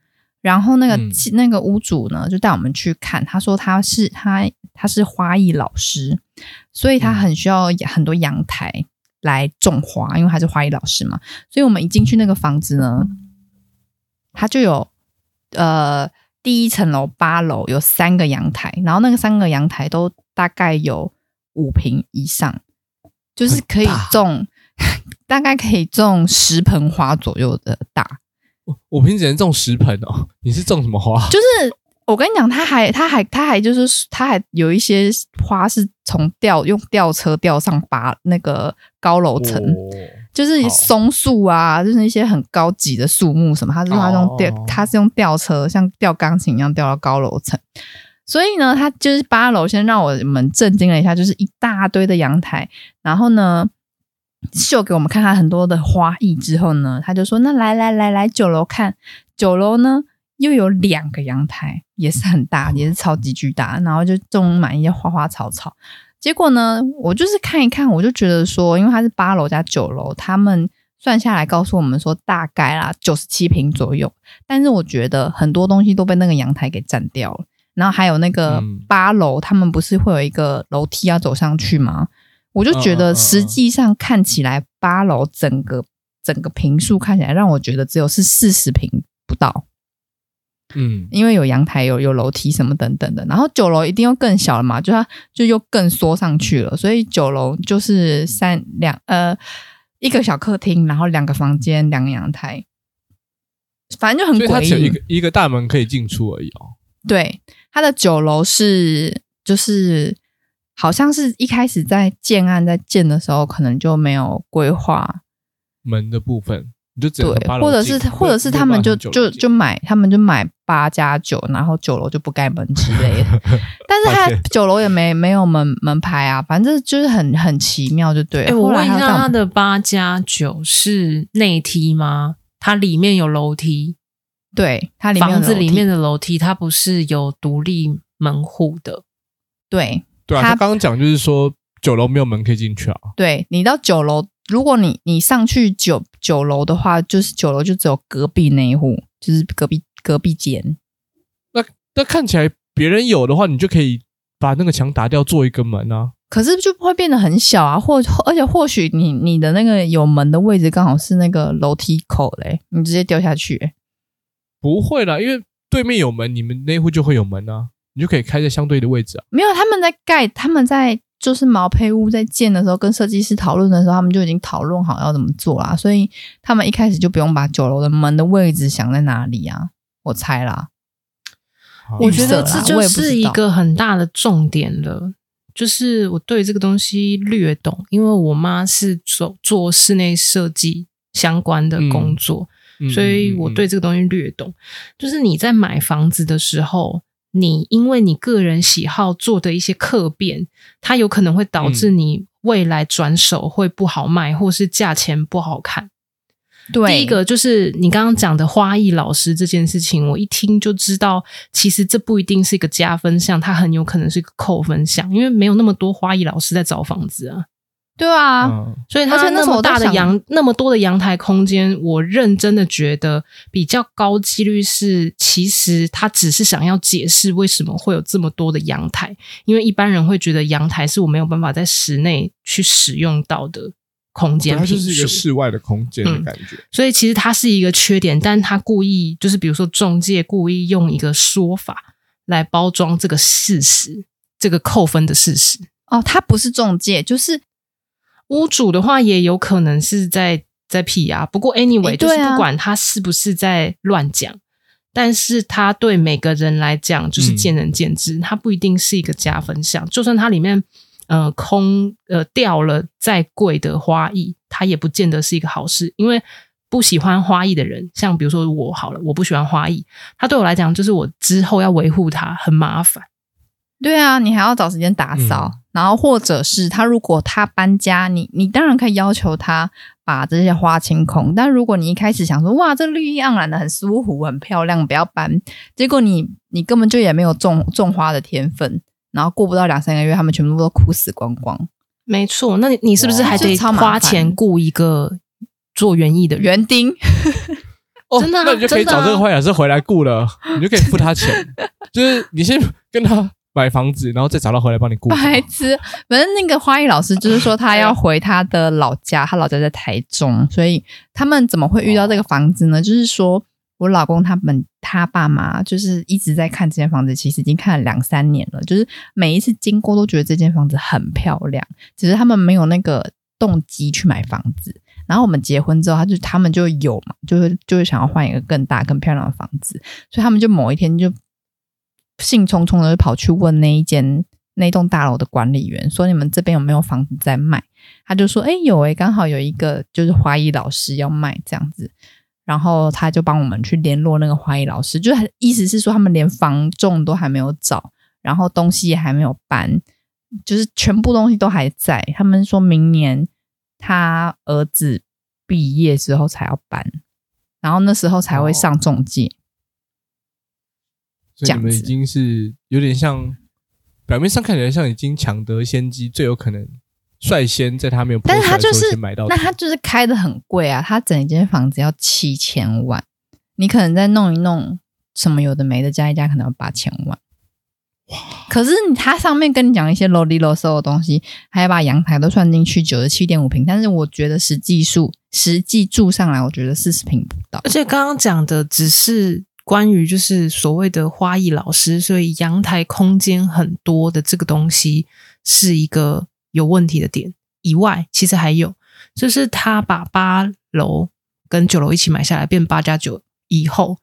[SPEAKER 3] 然后那个、
[SPEAKER 1] 嗯
[SPEAKER 3] 那个屋主呢，就带我们去看，他说他是他他是花艺老师，所以他
[SPEAKER 1] 嗯
[SPEAKER 3] 很需要很多阳台来种花，因为他是花艺老师嘛。所以我们一进去那个房子呢，它就有呃第一层楼八楼有三个阳台，然后那个三个阳台都大概有五平以上，就是可以
[SPEAKER 1] 很大
[SPEAKER 3] 种 大概可以种十盆花左右的大，
[SPEAKER 1] 我我平时只能种十盆哦，你是种什么花？
[SPEAKER 3] 就是。我跟你讲，它还，它还，它还就是，它还有一些花是从吊用吊车吊上八那个高楼层，
[SPEAKER 1] 哦
[SPEAKER 3] 就是
[SPEAKER 1] 好
[SPEAKER 3] 松树啊，就是一些很高级的树木什么，它是它用吊，
[SPEAKER 1] 哦
[SPEAKER 3] 它是用吊车，像吊钢琴一样吊到高楼层。所以呢，它就是八楼，先让我们震惊了一下，就是一大堆的阳台，然后呢。秀给我们看它很多的花艺之后呢，他就说：“那来来来来九楼看，九楼呢又有两个阳台，也是很大，
[SPEAKER 1] 哦
[SPEAKER 3] 也是超级巨大，然后就种满一些花花草草。结果呢，我就是看一看，我就觉得说，因为它是八楼加九楼，他们算下来告诉我们说大概啦九十七平左右，但是我觉得很多东西都被那个阳台给占掉了。然后还有那个
[SPEAKER 1] 嗯
[SPEAKER 3] 八楼，他们不是会有一个楼梯要走上去吗？我就觉
[SPEAKER 1] 嗯嗯嗯
[SPEAKER 3] 得
[SPEAKER 1] 嗯
[SPEAKER 3] 实际上看起来八楼整个整个平数看起来让我觉得只有是四十平不到，
[SPEAKER 1] 嗯，
[SPEAKER 3] 因为有阳台、有有楼梯什么等等的。然后九楼一定又更小了嘛，就它就又更缩上去了，所以九楼就是三两呃一个小客厅，然后两个房间、两个阳台，反正就很
[SPEAKER 1] 所以它只
[SPEAKER 3] 诡
[SPEAKER 1] 有一
[SPEAKER 3] 异
[SPEAKER 1] 个。一个大门可以进出而已哦。
[SPEAKER 3] 对，它的九楼是就是好像是一开始在建案在建的时候，可能就没有规划
[SPEAKER 1] 门的部分，你就只能从八
[SPEAKER 3] 对，
[SPEAKER 1] 楼
[SPEAKER 3] 或者
[SPEAKER 1] 进
[SPEAKER 3] 是或者是他们就就就买，他们就买八加九，然后九楼就不盖门之类的。但是
[SPEAKER 1] 抱
[SPEAKER 3] 他
[SPEAKER 1] 歉
[SPEAKER 3] 九楼也没没有门门牌啊，反正就是很很奇妙，就对
[SPEAKER 2] 哎、
[SPEAKER 3] 了。
[SPEAKER 2] 我
[SPEAKER 3] 后来
[SPEAKER 2] 问一
[SPEAKER 3] 他
[SPEAKER 2] 下，
[SPEAKER 3] 带我
[SPEAKER 2] 它
[SPEAKER 3] 们
[SPEAKER 2] 的八加九是内梯吗？它里面有楼梯，
[SPEAKER 3] 对它里面有
[SPEAKER 2] 房子
[SPEAKER 3] 楼
[SPEAKER 2] 里
[SPEAKER 3] 梯
[SPEAKER 2] 面的楼梯，它不是有独立门户的。
[SPEAKER 3] 对
[SPEAKER 1] 对啊，
[SPEAKER 3] 他
[SPEAKER 1] 他刚刚讲就是说九楼没有门可以进去啊，
[SPEAKER 3] 对，你到九楼，如果你你上去九九楼的话，就是九楼就只有隔壁那一户，就是隔壁隔壁间。
[SPEAKER 1] 但看起来别人有的话，你就可以把那个墙打掉，做一个门啊。
[SPEAKER 3] 可是就会变得很小啊，或而且或许你你的那个有门的位置刚好是那个楼梯口嘞、你直接掉下去、欸
[SPEAKER 1] 不会啦，因为对面有门，你们那户就会有门啊，你就可以开在相对的位置啊。
[SPEAKER 3] 没有，他们在盖，他们在就是毛坯屋在建的时候，跟设计师讨论的时候，他们就已经讨论好要怎么做啦，所以他们一开始就不用把九楼的门的位置想在哪里啊，我猜啦。
[SPEAKER 2] 我
[SPEAKER 3] 预
[SPEAKER 2] 觉得
[SPEAKER 3] 设
[SPEAKER 2] 这
[SPEAKER 3] 啦
[SPEAKER 2] 就
[SPEAKER 3] 我也不
[SPEAKER 2] 是
[SPEAKER 3] 知
[SPEAKER 2] 一
[SPEAKER 3] 道
[SPEAKER 2] 个很大的重点了，就是我对这个东西略懂，因为我妈是做做室内设计相关的工作，
[SPEAKER 1] 嗯
[SPEAKER 2] 所以我对这个东西略懂。就是你在买房子的时候，你因为你个人喜好做的一些客变，它有可能会导
[SPEAKER 3] 嗯
[SPEAKER 2] 致你未来转手会不好卖，或是价钱不好看。
[SPEAKER 3] 对，
[SPEAKER 2] 第一个就是你刚刚讲的花艺老师这件事情，我一听就知道，其实这不一定是一个加分项，它很有可能是一个扣分项，因为没有那么多花艺老师在找房子啊，
[SPEAKER 3] 对啊，
[SPEAKER 1] 嗯
[SPEAKER 2] 所以
[SPEAKER 3] 而
[SPEAKER 2] 它
[SPEAKER 3] 且
[SPEAKER 2] 那
[SPEAKER 3] 那时候
[SPEAKER 2] 么
[SPEAKER 3] 我在
[SPEAKER 2] 大的
[SPEAKER 3] 想
[SPEAKER 2] 阳那么多的阳台空间，我认真的觉得比较高几率是，其实他只是想要解释为什么会有这么多的阳台，因为一般人会觉得阳台是我没有办法在室内去使用到的空
[SPEAKER 1] 对
[SPEAKER 2] 间
[SPEAKER 1] 它
[SPEAKER 2] 品
[SPEAKER 1] 就是一
[SPEAKER 2] 数
[SPEAKER 1] 个。室外的空间的
[SPEAKER 2] 嗯
[SPEAKER 1] 感觉。
[SPEAKER 2] 所以其实它是一个缺点，但它故意就是比如说中介故意用一个说法来包装这个事实，这个扣分的事实。
[SPEAKER 3] 哦，他不是中介，就是
[SPEAKER 2] 屋主的话也有可能是在在辟谣，不过 anyway、
[SPEAKER 3] 诶
[SPEAKER 2] 就
[SPEAKER 3] 对啊
[SPEAKER 2] 是不管他是不是在乱讲，但是他对每个人来讲就是
[SPEAKER 1] 嗯
[SPEAKER 2] 见仁见智，它不一定是一个加分项。就算它里面呃空呃掉了再贵的花艺，它也不见得是一个好事，因为。不喜欢花艺的人，像比如说我好了，我不喜欢花艺，它对我来讲就是我之后要维护它很麻烦。
[SPEAKER 3] 对啊，你还要找时间打扫，
[SPEAKER 1] 嗯
[SPEAKER 3] 然后或者是他如果他搬家，你你当然可以要求他把这些花清空，但如果你一开始想说哇这绿意盎然的很舒服很漂亮，不要搬，结果你你根本就也没有种种花的天分，然后过不到两三个月，他们全部都枯死光光，
[SPEAKER 2] 没错，那你你是不是
[SPEAKER 1] 哇
[SPEAKER 2] 还
[SPEAKER 3] 这
[SPEAKER 2] 得
[SPEAKER 3] 超麻烦
[SPEAKER 2] 花钱雇一个做园艺的人？
[SPEAKER 3] 园丁
[SPEAKER 1] 哦，
[SPEAKER 2] 真的啊
[SPEAKER 1] 那你就可以
[SPEAKER 2] 真的啊
[SPEAKER 1] 找这个坏老师回来雇了，你就可以付他钱， 就是你先跟他买房子，然后再找他回来帮你雇。
[SPEAKER 3] 白痴，反正那个花艺老师就是说他要回他的老家，他老家在台中，所以他们怎么会遇到这个房子呢？就是说我老公他们他爸妈就是一直在看这间房子，其实已经看了两三年了，就是每一次经过都觉得这间房子很漂亮，只是他们没有那个动机去买房子。然后我们结婚之后，他就他们就有嘛，就是就是想要换一个更大、更漂亮的房子，所以他们就某一天就兴冲冲的就跑去问那一间那栋大楼的管理员说：“你们这边有没有房子在卖？”他就说：“哎、有哎、刚好有一个就是花艺老师要卖这样子。”然后他就帮我们去联络那个花艺老师，就是意思是说他们连房仲都还没有找，然后东西也还没有搬，就是全部东西都还在。他们说明年他儿子毕业之后才要搬，然后那时候才会上中介。
[SPEAKER 1] 所以你们已经是有点像，表面上看起来像已经抢得先机，最有可能率先在他没有破
[SPEAKER 3] 但是他
[SPEAKER 1] 产的
[SPEAKER 3] 就
[SPEAKER 1] 时候
[SPEAKER 3] 是
[SPEAKER 1] 先买到。
[SPEAKER 3] 那他就是开的很贵啊，他整间房子要七千万，你可能再弄一弄什么有的没的加一加，可能要八千万。可是你他上面跟你讲一些啰里啰嗦的东西，还要把阳台都算进去，九十七点五平，但是我觉得实际数实际住上来，我觉得四十平不到
[SPEAKER 2] 而。且刚刚讲的只是关于就是所谓的花艺老师，所以阳台空间很多的这个东西是一个有问题的点。以外，其实还有就是他把八楼跟九楼一起买下来，变八加九以后，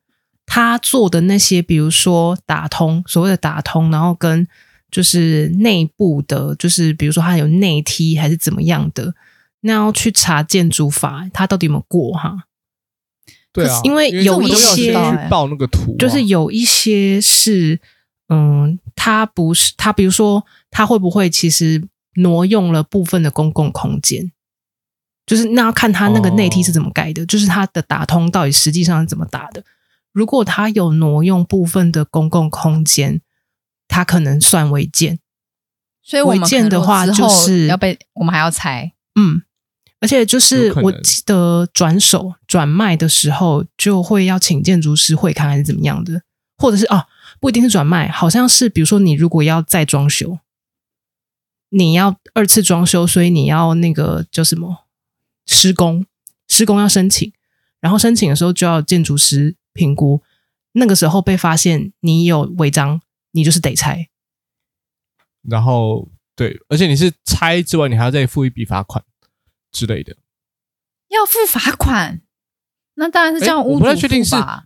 [SPEAKER 2] 他做的那些，比如说打通，所谓的打通，然后跟就是内部的，就是比如说它有内梯还是怎么样的，那要去查建筑法，它到底有没有过哈？
[SPEAKER 1] 对啊，
[SPEAKER 2] 因为
[SPEAKER 1] 这
[SPEAKER 2] 有
[SPEAKER 1] 种
[SPEAKER 2] 一
[SPEAKER 1] 都要
[SPEAKER 2] 些
[SPEAKER 1] 先去报那个图啊，
[SPEAKER 2] 就是有一些是，嗯，它不是它，比如说它会不会其实挪用了部分的公共空间？就是那要看它那个内梯是怎么盖的，就是它的打通到底实际上是怎么打的。如果它有挪用部分的公共空间，它可能算违建。
[SPEAKER 3] 所以我们
[SPEAKER 2] 违建的话
[SPEAKER 3] 可能之后
[SPEAKER 2] 就是
[SPEAKER 3] 要被我们还要拆。
[SPEAKER 2] 嗯，而且就是
[SPEAKER 1] 有可能
[SPEAKER 2] 我记得转手转卖的时候，就会要请建筑师会看还是怎么样的，或者是哦，不一定是转卖，好像是比如说你如果要再装修，你要二次装修，所以你要那个叫什么施工，施工要申请，然后申请的时候就要建筑师评估，那个时候被发现你有违章，你就是得拆。
[SPEAKER 1] 然后对，而且你是拆之外，你还要再付一笔罚款之类的。
[SPEAKER 3] 要付罚款，那当然是叫
[SPEAKER 1] 诶我
[SPEAKER 3] 屋主
[SPEAKER 1] 不太确定
[SPEAKER 3] 付
[SPEAKER 1] 是
[SPEAKER 3] 吧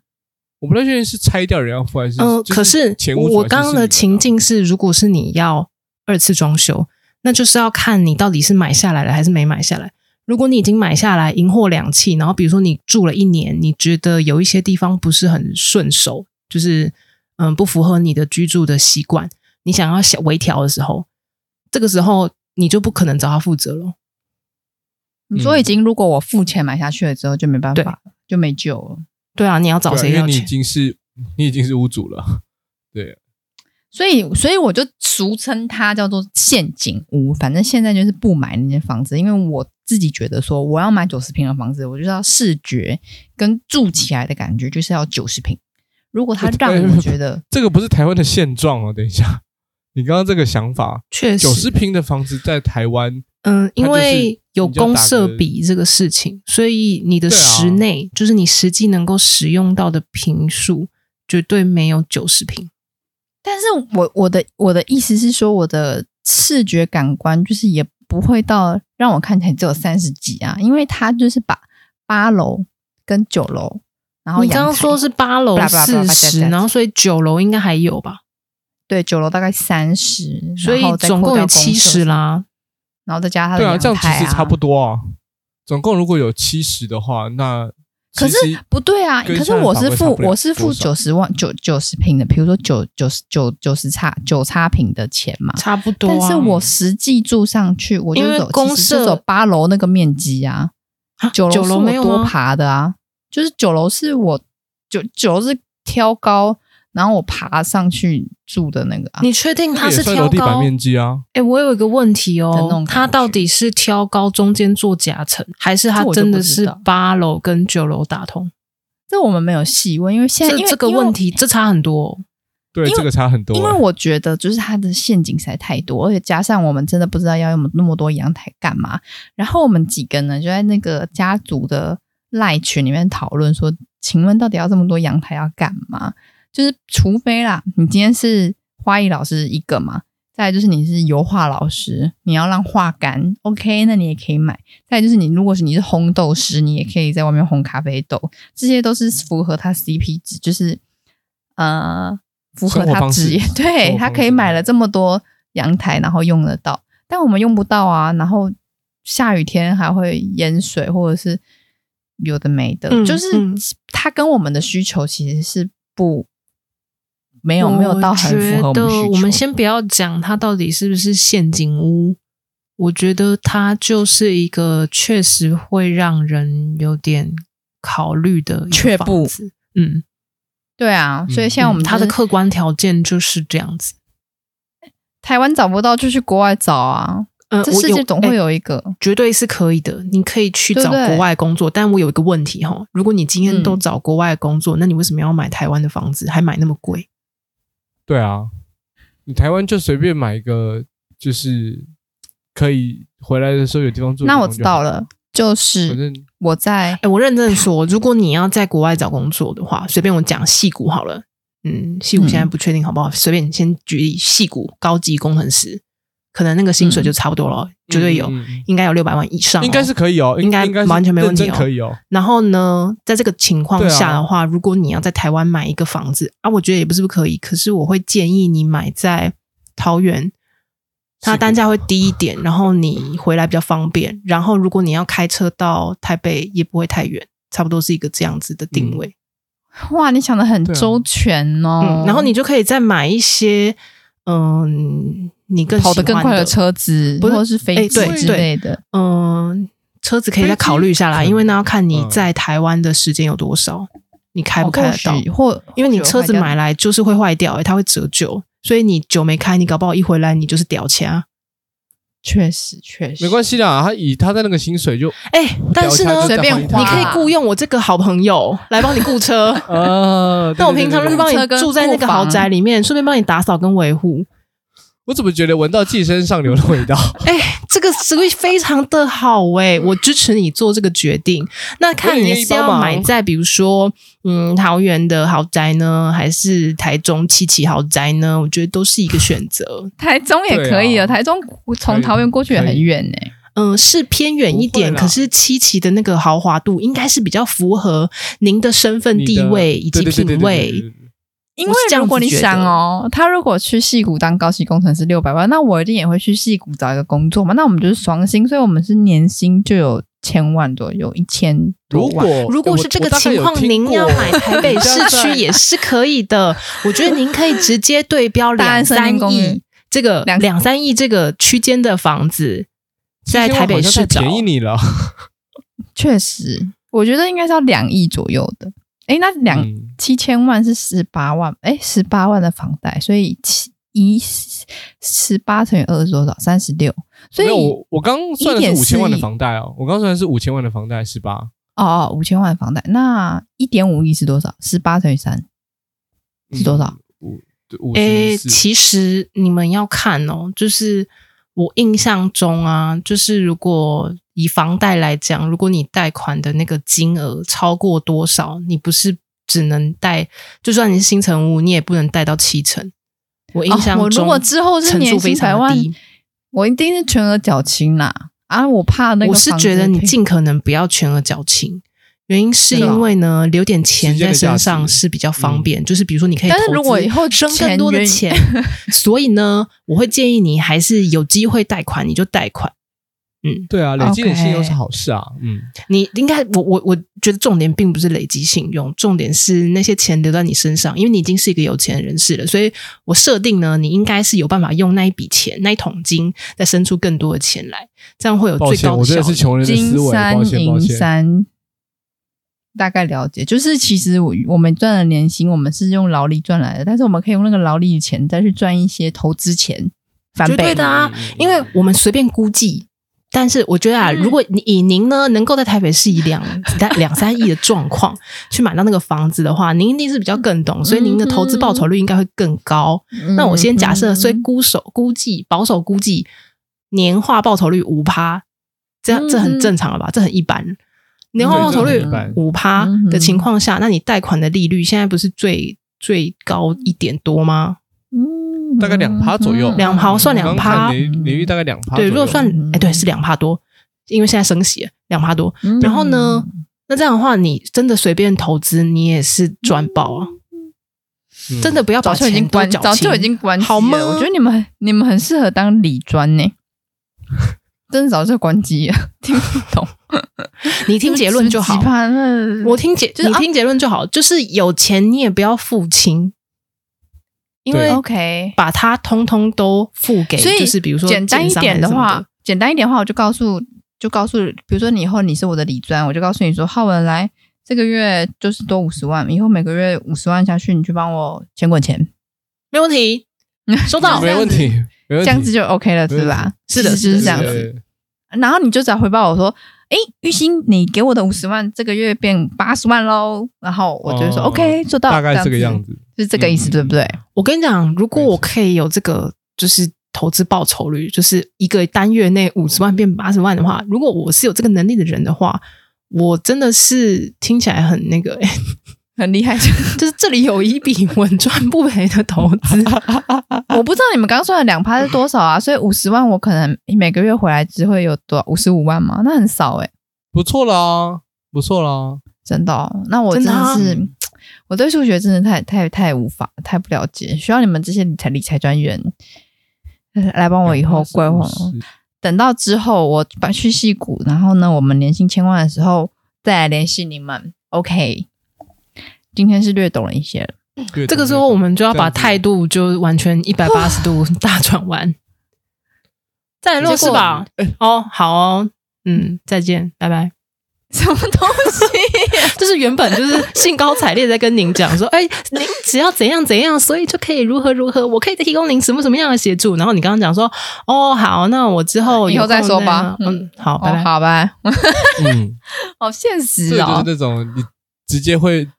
[SPEAKER 1] 我不太确定是拆掉人要付还是，
[SPEAKER 2] 嗯，
[SPEAKER 1] 就
[SPEAKER 2] 可是
[SPEAKER 1] 前屋主
[SPEAKER 2] 我
[SPEAKER 1] 还是
[SPEAKER 2] 刚刚的
[SPEAKER 1] 市民啊
[SPEAKER 2] 情境是，如果是你要二次装修，那就是要看你到底是买下来了还是没买下来。如果你已经买下来，银货两讫，然后比如说你住了一年，你觉得有一些地方不是很顺手，就是嗯不符合你的居住的习惯，你想要小微调的时候，这个时候你就不可能找他负责了。
[SPEAKER 3] 你说
[SPEAKER 1] 嗯
[SPEAKER 3] 已经，如果我付钱买下去了之后，就没办法了，就没救了。
[SPEAKER 2] 对啊，你要找
[SPEAKER 1] 对啊
[SPEAKER 2] 谁
[SPEAKER 1] 因为
[SPEAKER 2] 要
[SPEAKER 1] 你已
[SPEAKER 2] 钱？
[SPEAKER 1] 经是你已经是屋主了，对，
[SPEAKER 3] 所以，所以我就俗称它叫做陷阱屋。反正现在就是不买那间房子，因为我自己觉得说，我要买九十平的房子，我就是要视觉跟住起来的感觉就是要九十平。如果它让我觉得
[SPEAKER 1] 这个不是台湾的现状哦。等一下，你刚刚这个想法，
[SPEAKER 2] 确实，
[SPEAKER 1] 九十平的房子在台湾，
[SPEAKER 2] 嗯，因
[SPEAKER 1] 它就是
[SPEAKER 2] 为有
[SPEAKER 1] 你就打
[SPEAKER 2] 公设
[SPEAKER 1] 个
[SPEAKER 2] 比这个事情，所以你的
[SPEAKER 1] 对啊
[SPEAKER 2] 室内、就是你实际能够使用到的平数，绝对没有九十平。
[SPEAKER 3] 但是我我的我的意思是说，我的视觉感官就是也不会到让我看起来只有三十几啊，因为它就是把八楼跟九楼，然后
[SPEAKER 2] 你刚
[SPEAKER 3] 阳
[SPEAKER 2] 刚
[SPEAKER 3] 台
[SPEAKER 2] 说是八楼
[SPEAKER 3] blah blah blah
[SPEAKER 2] 四
[SPEAKER 3] blah blah
[SPEAKER 2] 十，
[SPEAKER 3] blah blah
[SPEAKER 2] 然后所以九楼应该还有吧，
[SPEAKER 3] 对九楼大概三十，
[SPEAKER 2] 所以
[SPEAKER 3] 然后再
[SPEAKER 2] 总
[SPEAKER 3] 扣
[SPEAKER 2] 共有
[SPEAKER 3] 掉公
[SPEAKER 2] 七
[SPEAKER 3] 厕
[SPEAKER 2] 十啦。
[SPEAKER 3] 然后再加它的
[SPEAKER 1] 对啊，
[SPEAKER 3] 阳
[SPEAKER 1] 这样其
[SPEAKER 3] 台
[SPEAKER 1] 实差不多啊。总共如果有七十的话，那
[SPEAKER 3] 可是
[SPEAKER 1] 其实
[SPEAKER 3] 不对啊，
[SPEAKER 1] 跟
[SPEAKER 3] 可是
[SPEAKER 1] 现在
[SPEAKER 3] 我
[SPEAKER 1] 法
[SPEAKER 3] 是
[SPEAKER 1] 规差
[SPEAKER 3] 付
[SPEAKER 1] 不了
[SPEAKER 3] 我是付
[SPEAKER 1] 多少
[SPEAKER 3] 九十万九九十平的，比如说九九十九九十差九差平的钱嘛。
[SPEAKER 2] 差不多、啊。
[SPEAKER 3] 但是我实际住上去，我就
[SPEAKER 2] 因为
[SPEAKER 3] 走
[SPEAKER 2] 公
[SPEAKER 3] 其实就
[SPEAKER 2] 社
[SPEAKER 3] 走八楼那个面积啊，
[SPEAKER 2] 啊
[SPEAKER 3] 九
[SPEAKER 2] 九
[SPEAKER 3] 楼是
[SPEAKER 2] 楼没有
[SPEAKER 3] 我多
[SPEAKER 2] 吗
[SPEAKER 3] 爬的啊，就是九楼是我九九楼是挑高，然后我爬上去住的那个啊。
[SPEAKER 2] 你确定
[SPEAKER 1] 这
[SPEAKER 2] 它
[SPEAKER 1] 个也
[SPEAKER 2] 是
[SPEAKER 1] 算
[SPEAKER 2] 挑
[SPEAKER 1] 楼地板
[SPEAKER 2] 高？
[SPEAKER 1] 面积啊，
[SPEAKER 2] 哎、我有一个问题
[SPEAKER 3] 的那
[SPEAKER 2] 哦
[SPEAKER 3] 种，感
[SPEAKER 2] 它到
[SPEAKER 3] 觉
[SPEAKER 2] 底是挑高中间做夹层，还是它
[SPEAKER 3] 这我就
[SPEAKER 2] 真的
[SPEAKER 3] 不知
[SPEAKER 2] 是
[SPEAKER 3] 道
[SPEAKER 2] 八楼跟九楼打通？
[SPEAKER 3] 这我们没有细问，因为现在
[SPEAKER 2] 这
[SPEAKER 3] 因为
[SPEAKER 2] 这个
[SPEAKER 3] 因为
[SPEAKER 2] 问题，这差很多、哦。
[SPEAKER 1] 对，这个差很多啊。
[SPEAKER 3] 因为我觉得就是它的陷阱实在太多，而且加上我们真的不知道要用那么多阳台干嘛。然后我们几个呢就在那个家族的赖群里面讨论说，请问到底要这么多阳台要干嘛？就是除非啦，你今天是花艺老师一个嘛，再来就是你是油画老师，你要让画干，OK，那你也可以买。再来就是你如果是你是烘豆师，你也可以在外面烘咖啡豆，这些都是符合他 CP 值，就是呃符合
[SPEAKER 1] 生活
[SPEAKER 3] 他
[SPEAKER 1] 方式
[SPEAKER 3] 职 业，
[SPEAKER 1] 生
[SPEAKER 3] 对
[SPEAKER 1] 活
[SPEAKER 3] 他
[SPEAKER 1] 方
[SPEAKER 3] 可以
[SPEAKER 1] 式
[SPEAKER 3] 买了这么多阳台，然后用得到，但我们用不到啊。然后下雨天还会淹水，或者是有的没的，
[SPEAKER 2] 嗯
[SPEAKER 3] 就是
[SPEAKER 2] 嗯
[SPEAKER 3] 它跟我们的需求其实是不没有没有到很符合
[SPEAKER 2] 我觉
[SPEAKER 3] 我们需
[SPEAKER 2] 得
[SPEAKER 3] 求。
[SPEAKER 2] 我们先不要讲它到底是不是陷阱屋，我觉得它就是一个确实会让人有点考虑的一个
[SPEAKER 3] 却步
[SPEAKER 2] 房子。嗯，
[SPEAKER 3] 对啊，所以
[SPEAKER 1] 嗯
[SPEAKER 3] 现在我们
[SPEAKER 2] 嗯它
[SPEAKER 3] 就是
[SPEAKER 2] 的客观条件就是这样子。
[SPEAKER 3] 台湾找不到，就去国外找啊。
[SPEAKER 2] 呃，
[SPEAKER 3] 这
[SPEAKER 2] 我
[SPEAKER 3] 世界总会、
[SPEAKER 2] 哎
[SPEAKER 3] 有一个。
[SPEAKER 2] 绝对是可以的。你可以去
[SPEAKER 3] 对
[SPEAKER 2] 找
[SPEAKER 3] 不对
[SPEAKER 2] 国外工作，但我有一个问题哈，如果你今天
[SPEAKER 3] 嗯
[SPEAKER 2] 都找国外工作，那你为什么要买台湾的房子，还买那么贵？
[SPEAKER 1] 对啊，你台湾就随便买一个，就是可以回来的时候有地方住。
[SPEAKER 3] 那我知道，了，就
[SPEAKER 1] 反
[SPEAKER 3] 是
[SPEAKER 1] 正
[SPEAKER 3] 我 在
[SPEAKER 2] 哎、我认真地说，如果你要在国外找工作的话，随便我讲戏骨好了。嗯，戏骨现在不确定好不好，随便你先举例，戏骨高级工程师，可能那个薪水就差不多了，绝对有，
[SPEAKER 1] 嗯嗯
[SPEAKER 2] 应该有六百万以上、
[SPEAKER 1] 应该是。可以哦，
[SPEAKER 2] 应该
[SPEAKER 1] 应该是
[SPEAKER 2] 完全没问题哦
[SPEAKER 1] 认真可以哦。
[SPEAKER 2] 然后呢，在这个情况
[SPEAKER 1] 对啊
[SPEAKER 2] 下的话，如果你要在台湾买一个房子啊，我觉得也不是不可以，可是我会建议你买在桃园，它
[SPEAKER 1] 是
[SPEAKER 2] 单价会低一点，然后你回来比较方便。然后如果你要开车到台北，也不会太远，差不多是一个这样子的定
[SPEAKER 1] 嗯
[SPEAKER 2] 位。
[SPEAKER 3] 哇，你想的很
[SPEAKER 1] 对啊
[SPEAKER 3] 周全哦。
[SPEAKER 2] 嗯，然后你就可以再买一些，嗯，你更
[SPEAKER 3] 跑得
[SPEAKER 2] 喜欢
[SPEAKER 3] 更快的车子，
[SPEAKER 2] 不是
[SPEAKER 3] 或者是
[SPEAKER 2] 哎
[SPEAKER 3] 飞机
[SPEAKER 2] 对
[SPEAKER 3] 之
[SPEAKER 2] 对
[SPEAKER 3] 类的。
[SPEAKER 2] 嗯，车子可以再考虑一下啦，
[SPEAKER 1] 飞机
[SPEAKER 2] 因为那要看你
[SPEAKER 1] 嗯
[SPEAKER 2] 在台湾的时间有多少，你开不
[SPEAKER 3] 哦
[SPEAKER 2] 开
[SPEAKER 3] 或
[SPEAKER 2] 得到。
[SPEAKER 3] 许或
[SPEAKER 2] 因为你
[SPEAKER 3] 或许
[SPEAKER 2] 车子
[SPEAKER 3] 我
[SPEAKER 2] 买
[SPEAKER 3] 了，
[SPEAKER 2] 来就是会坏掉、欸，它会折旧，所以你久没开，你搞不好一回来你就是掉卡。
[SPEAKER 3] 确实确实
[SPEAKER 1] 没关系啦，他以他在那个薪水就
[SPEAKER 2] 哎、但是呢
[SPEAKER 1] 标价就，
[SPEAKER 3] 随便
[SPEAKER 1] 再
[SPEAKER 3] 花
[SPEAKER 1] 换
[SPEAKER 2] 你
[SPEAKER 1] 一
[SPEAKER 2] 可
[SPEAKER 1] 台，
[SPEAKER 2] 以雇佣我这个好朋友来帮你雇车
[SPEAKER 1] 呃，
[SPEAKER 2] 但我
[SPEAKER 1] 对对
[SPEAKER 2] 平常
[SPEAKER 1] 对对
[SPEAKER 2] 就帮
[SPEAKER 3] 雇车
[SPEAKER 2] 你
[SPEAKER 3] 跟
[SPEAKER 2] 住在那个
[SPEAKER 3] 库房
[SPEAKER 2] 豪宅里面，顺便帮你打扫跟维护。
[SPEAKER 1] 我怎么觉得闻到自己身上流的 味道？
[SPEAKER 2] 哎、这个职位非常的好哎、我支持你做这个决定。那看你是要买在比如说，嗯，桃园的豪宅呢，还是台中七期豪宅呢？我觉得都是一个选择。
[SPEAKER 3] 台中也可以
[SPEAKER 1] 对
[SPEAKER 3] 啊，
[SPEAKER 1] 啊
[SPEAKER 3] 台中
[SPEAKER 1] 可
[SPEAKER 3] 从
[SPEAKER 1] 以
[SPEAKER 3] 桃园过去也
[SPEAKER 1] 可以
[SPEAKER 3] 很远呢、
[SPEAKER 2] 嗯，是偏远一点，
[SPEAKER 1] 不会啦
[SPEAKER 2] 可是七期的那个豪华度应该是比较符合您的身份
[SPEAKER 1] 你
[SPEAKER 2] 地
[SPEAKER 1] 的
[SPEAKER 2] 位以及
[SPEAKER 1] 对对对
[SPEAKER 2] 品
[SPEAKER 1] 对对对
[SPEAKER 2] 味。
[SPEAKER 1] 对对
[SPEAKER 3] 因
[SPEAKER 2] 我
[SPEAKER 3] 为
[SPEAKER 2] 是这样
[SPEAKER 3] 如果
[SPEAKER 2] 子
[SPEAKER 3] 你
[SPEAKER 2] 觉
[SPEAKER 3] 想
[SPEAKER 2] 得
[SPEAKER 3] 哦，他如果去戏谷当高级工程师六百万，那我一定也会去戏谷找一个工作嘛。那我们就是双薪，所以我们是年薪就有千万左右，一千多
[SPEAKER 1] 如
[SPEAKER 3] 万。
[SPEAKER 1] 果哎
[SPEAKER 2] 如果是这个情况，您要买 台北市区也是可以的。我觉得您可以直接对标
[SPEAKER 3] 大
[SPEAKER 2] 两
[SPEAKER 3] 安森林
[SPEAKER 2] 三
[SPEAKER 3] 公园
[SPEAKER 2] 亿这个
[SPEAKER 3] 两
[SPEAKER 2] 两三亿这个区间的房子，在台北市找
[SPEAKER 1] 便。宜你了。
[SPEAKER 3] 确实，我觉得应该是要两亿左右的。诶，那 两、
[SPEAKER 1] 嗯
[SPEAKER 3] 七千万是十八万，诶，1十八万的房贷，所以七一十八乘以二是多少？三十六。所以
[SPEAKER 1] 没有，我我刚算的是五
[SPEAKER 3] 1.4
[SPEAKER 1] 千万的
[SPEAKER 3] 亿
[SPEAKER 1] 房贷哦，我刚算的是五千万的房贷，是吧？
[SPEAKER 3] 哦，五千万的房贷，那一点五亿是多少？十八乘以三是多少？
[SPEAKER 1] 嗯？五对五
[SPEAKER 2] 诶，
[SPEAKER 1] 十四
[SPEAKER 2] 其实你们要看哦，就是我印象中啊，就是如果以房贷来讲，如果你贷款的那个金额超过多少，你不是只能贷，就算你是新成屋，你也不能贷到七成。嗯我印象
[SPEAKER 3] 哦、我
[SPEAKER 2] 中，
[SPEAKER 3] 如果之后是
[SPEAKER 2] 层数
[SPEAKER 3] 年
[SPEAKER 2] 非
[SPEAKER 3] 薪百
[SPEAKER 2] 常
[SPEAKER 3] 万
[SPEAKER 2] 的低，
[SPEAKER 3] 我一定是全额缴清啦。啊，我怕那个
[SPEAKER 2] 我是
[SPEAKER 3] 房子
[SPEAKER 2] 觉得你
[SPEAKER 3] 赔
[SPEAKER 2] 尽可能不要全额缴清。原因是
[SPEAKER 3] 是吧
[SPEAKER 2] 因为呢，留点钱
[SPEAKER 1] 时间
[SPEAKER 2] 在
[SPEAKER 1] 的价
[SPEAKER 2] 身
[SPEAKER 1] 值
[SPEAKER 2] 上是比较方便，就是比如说你可以投
[SPEAKER 3] 但
[SPEAKER 2] 资，
[SPEAKER 3] 是如果以后
[SPEAKER 2] 生
[SPEAKER 3] 钱
[SPEAKER 2] 更多的
[SPEAKER 3] 愿意
[SPEAKER 2] 钱，所以呢，我会建议你还是有机会贷款你就贷款。
[SPEAKER 1] 对啊，累积点
[SPEAKER 3] OK
[SPEAKER 1] 信用是好事啊。嗯，
[SPEAKER 2] 你应该，我我我觉得重点并不是累积信用，重点是那些钱留在你身上，因为你已经是一个有钱人士了，所以我设定呢，你应该是有办法用那一笔钱、那一桶金，再生出更多的钱来，这样会有
[SPEAKER 1] 抱
[SPEAKER 2] 最
[SPEAKER 1] 歉，
[SPEAKER 2] 高
[SPEAKER 1] 我
[SPEAKER 2] 的
[SPEAKER 1] 真
[SPEAKER 2] 效
[SPEAKER 1] 的是
[SPEAKER 2] 益。
[SPEAKER 1] 穷人的思
[SPEAKER 3] 金
[SPEAKER 1] 维，抱
[SPEAKER 3] 山
[SPEAKER 1] 歉抱
[SPEAKER 3] 银
[SPEAKER 1] 歉。
[SPEAKER 3] 山，大概了解。就是其实我我们赚的年薪，我们是用劳力赚来的，但是我们可以用那个劳力的钱再去赚一些投资钱，翻
[SPEAKER 2] 绝
[SPEAKER 3] 倍
[SPEAKER 2] 对的啊
[SPEAKER 1] 嗯嗯嗯
[SPEAKER 2] 因为我们随便估计，但是我觉得啊，
[SPEAKER 3] 嗯
[SPEAKER 2] 如果你以您呢能够在台北市以两两三亿的状况去买到那个房子的话，您一定是比较更懂，所以您的投资报酬率应该会更高。
[SPEAKER 3] 嗯
[SPEAKER 2] 那我先假设，所
[SPEAKER 1] 嗯
[SPEAKER 2] 以估手估计保守估计年化报酬率五趴，这样这很正常了吧？这很一般。年
[SPEAKER 3] 嗯
[SPEAKER 2] 化报酬率
[SPEAKER 1] 对这很一般
[SPEAKER 2] 五趴的情况下，那你贷款的利率现在不是最最高一点多吗？
[SPEAKER 3] 嗯
[SPEAKER 1] 大概两趴左右，
[SPEAKER 2] 两趴算两
[SPEAKER 1] 我刚
[SPEAKER 2] 趴
[SPEAKER 1] 看雷雷玉大概两趴左
[SPEAKER 2] 对，
[SPEAKER 1] 右。
[SPEAKER 2] 如果算
[SPEAKER 3] 嗯
[SPEAKER 2] 哎、对，是两趴多，因为现在升息了两趴多。
[SPEAKER 3] 嗯
[SPEAKER 2] 然后呢，那这样的话，你真的随便投资，你也是赚爆啊！
[SPEAKER 1] 嗯
[SPEAKER 2] 真的不要把
[SPEAKER 3] 早就已经
[SPEAKER 2] 钱
[SPEAKER 3] 关，
[SPEAKER 2] 都缴
[SPEAKER 3] 早
[SPEAKER 2] 清
[SPEAKER 3] 就已经关机了
[SPEAKER 2] 好吗
[SPEAKER 3] 我觉得你们你们很适合当理专呢、 真的早就关机了，听不懂。
[SPEAKER 2] 你听结论就好
[SPEAKER 3] 几。趴那
[SPEAKER 2] 我听结，
[SPEAKER 3] 就是
[SPEAKER 2] 你
[SPEAKER 3] 啊
[SPEAKER 2] 听结论就好，就是有钱你也不要付清，因
[SPEAKER 1] 对
[SPEAKER 2] 为
[SPEAKER 3] OK，
[SPEAKER 2] 把它通通都付给，
[SPEAKER 3] 所以
[SPEAKER 2] 就是比如说
[SPEAKER 3] 简单一点
[SPEAKER 2] 的
[SPEAKER 3] 话，，简单一点的话，我就告诉就告诉，比如说你以后你是我的理专，我就告诉你说，浩文来这个月就是多五十万，以后每个月五十万下去，你去帮我钱滚钱，
[SPEAKER 2] 没问 题，收到
[SPEAKER 1] 没问题，没问题，
[SPEAKER 3] 这样子就 OK 了，
[SPEAKER 1] 没问
[SPEAKER 3] 是
[SPEAKER 1] 题
[SPEAKER 3] 吧？
[SPEAKER 2] 是的
[SPEAKER 3] 其实就是
[SPEAKER 2] 的
[SPEAKER 3] 这样
[SPEAKER 2] 是的
[SPEAKER 3] 子。
[SPEAKER 1] 对。
[SPEAKER 3] 然后你就只要回报我说：“诶，玉兴，你给我的五十万这个月变八十万喽。”然后我就会说、
[SPEAKER 1] 哦
[SPEAKER 3] OK，做到，
[SPEAKER 1] 大概这个样
[SPEAKER 3] 子，
[SPEAKER 1] 子，
[SPEAKER 3] 就是这个意思，
[SPEAKER 1] 嗯
[SPEAKER 3] 对不对？
[SPEAKER 2] 我跟你讲，如果
[SPEAKER 1] 没错
[SPEAKER 2] 我可以有这个，就是投资报酬率，就是一个单月内五十万变八十万的话，如果我是有这个能力的人的话，我真的是听起来很那个、 欸，
[SPEAKER 3] 很厉害。
[SPEAKER 2] 就是这里有一笔稳赚不赔的投资，
[SPEAKER 3] 我不知道你们刚刚算的两趴是多少 啊？所以五十万我可能每个月回来只会有多五十五万嘛？那很少诶，
[SPEAKER 1] 不错啦，不错啦。
[SPEAKER 3] 真的、哦。那我真
[SPEAKER 2] 真的
[SPEAKER 3] 的
[SPEAKER 2] 啊
[SPEAKER 3] 是，我对数学真的太太太无法太不了解，需要你们这些理财理财专员 呃来帮我以后规划。等到之后我把去戏骨，然后呢，我们年薪千万的时候再来联系你们。OK，今天是略懂了一些了。
[SPEAKER 1] 对
[SPEAKER 2] 这个时候我们就要把
[SPEAKER 1] 这样子
[SPEAKER 2] 态度就完全一百八十度大转弯。再联络是吧？哦，好哦，嗯，再见，拜拜。
[SPEAKER 3] 什么东西？
[SPEAKER 2] 就是原本就是兴高采烈地在跟您讲说，哎，您只要怎样怎样，所以就可以如何如何，我可以提供您什么什么样的协助。然后你刚刚讲说，哦，好，那我之后
[SPEAKER 3] 以
[SPEAKER 2] 有
[SPEAKER 3] 后
[SPEAKER 2] 空
[SPEAKER 3] 再说吧
[SPEAKER 2] 嗯，好，拜
[SPEAKER 3] 哦，
[SPEAKER 2] 拜。
[SPEAKER 3] 好吧，
[SPEAKER 1] 嗯，
[SPEAKER 3] 好现
[SPEAKER 1] 这
[SPEAKER 3] 实
[SPEAKER 1] 个就是
[SPEAKER 3] 哦，
[SPEAKER 1] 那种你直接会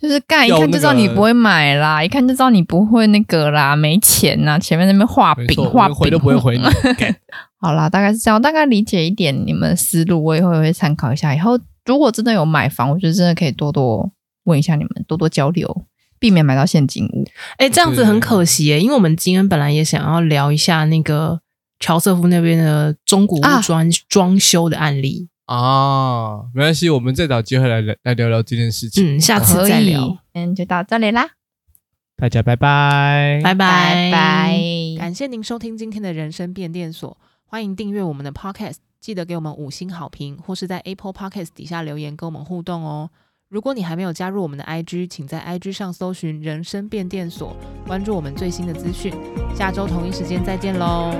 [SPEAKER 3] 就是干一
[SPEAKER 1] 要
[SPEAKER 3] 看就知道你
[SPEAKER 1] 那个
[SPEAKER 3] 不会买啦，一看就知道你不会那个啦，没钱呐，前面那边画
[SPEAKER 1] 没
[SPEAKER 3] 啊饼
[SPEAKER 1] 错
[SPEAKER 3] 画
[SPEAKER 1] 连回
[SPEAKER 3] 饼
[SPEAKER 1] 都不会回你。干
[SPEAKER 3] 好啦，大概是这样，我大概理解一点你们的思路，我以后也会参考一下。以后如果真的有买房，我觉得真的可以多多问一下你们，多多交流，避免买到陷阱屋。
[SPEAKER 2] 哎，这样子很可惜耶，因为我们今天本来也想要聊一下那个乔瑟夫那边的中古屋
[SPEAKER 3] 啊
[SPEAKER 2] 装装修的案例。
[SPEAKER 1] 啊，没关系，我们再找机会来聊来聊聊这件事情。
[SPEAKER 2] 嗯，下次
[SPEAKER 3] 可
[SPEAKER 2] 再
[SPEAKER 3] 以
[SPEAKER 2] 聊，，
[SPEAKER 3] 嗯，就到这里啦，
[SPEAKER 1] 大家拜拜，
[SPEAKER 2] 拜
[SPEAKER 3] 拜
[SPEAKER 2] 拜
[SPEAKER 3] 拜。
[SPEAKER 4] 感谢您收听今天的人生变电所，欢迎订阅我们的 Podcast，记得给我们五星好评，或是在 Apple Podcast 底下留言跟我们互动哦。如果你还没有加入我们的 IG，请在 IG 上搜寻“人生变电所”，关注我们最新的资讯。下周同一时间再见喽！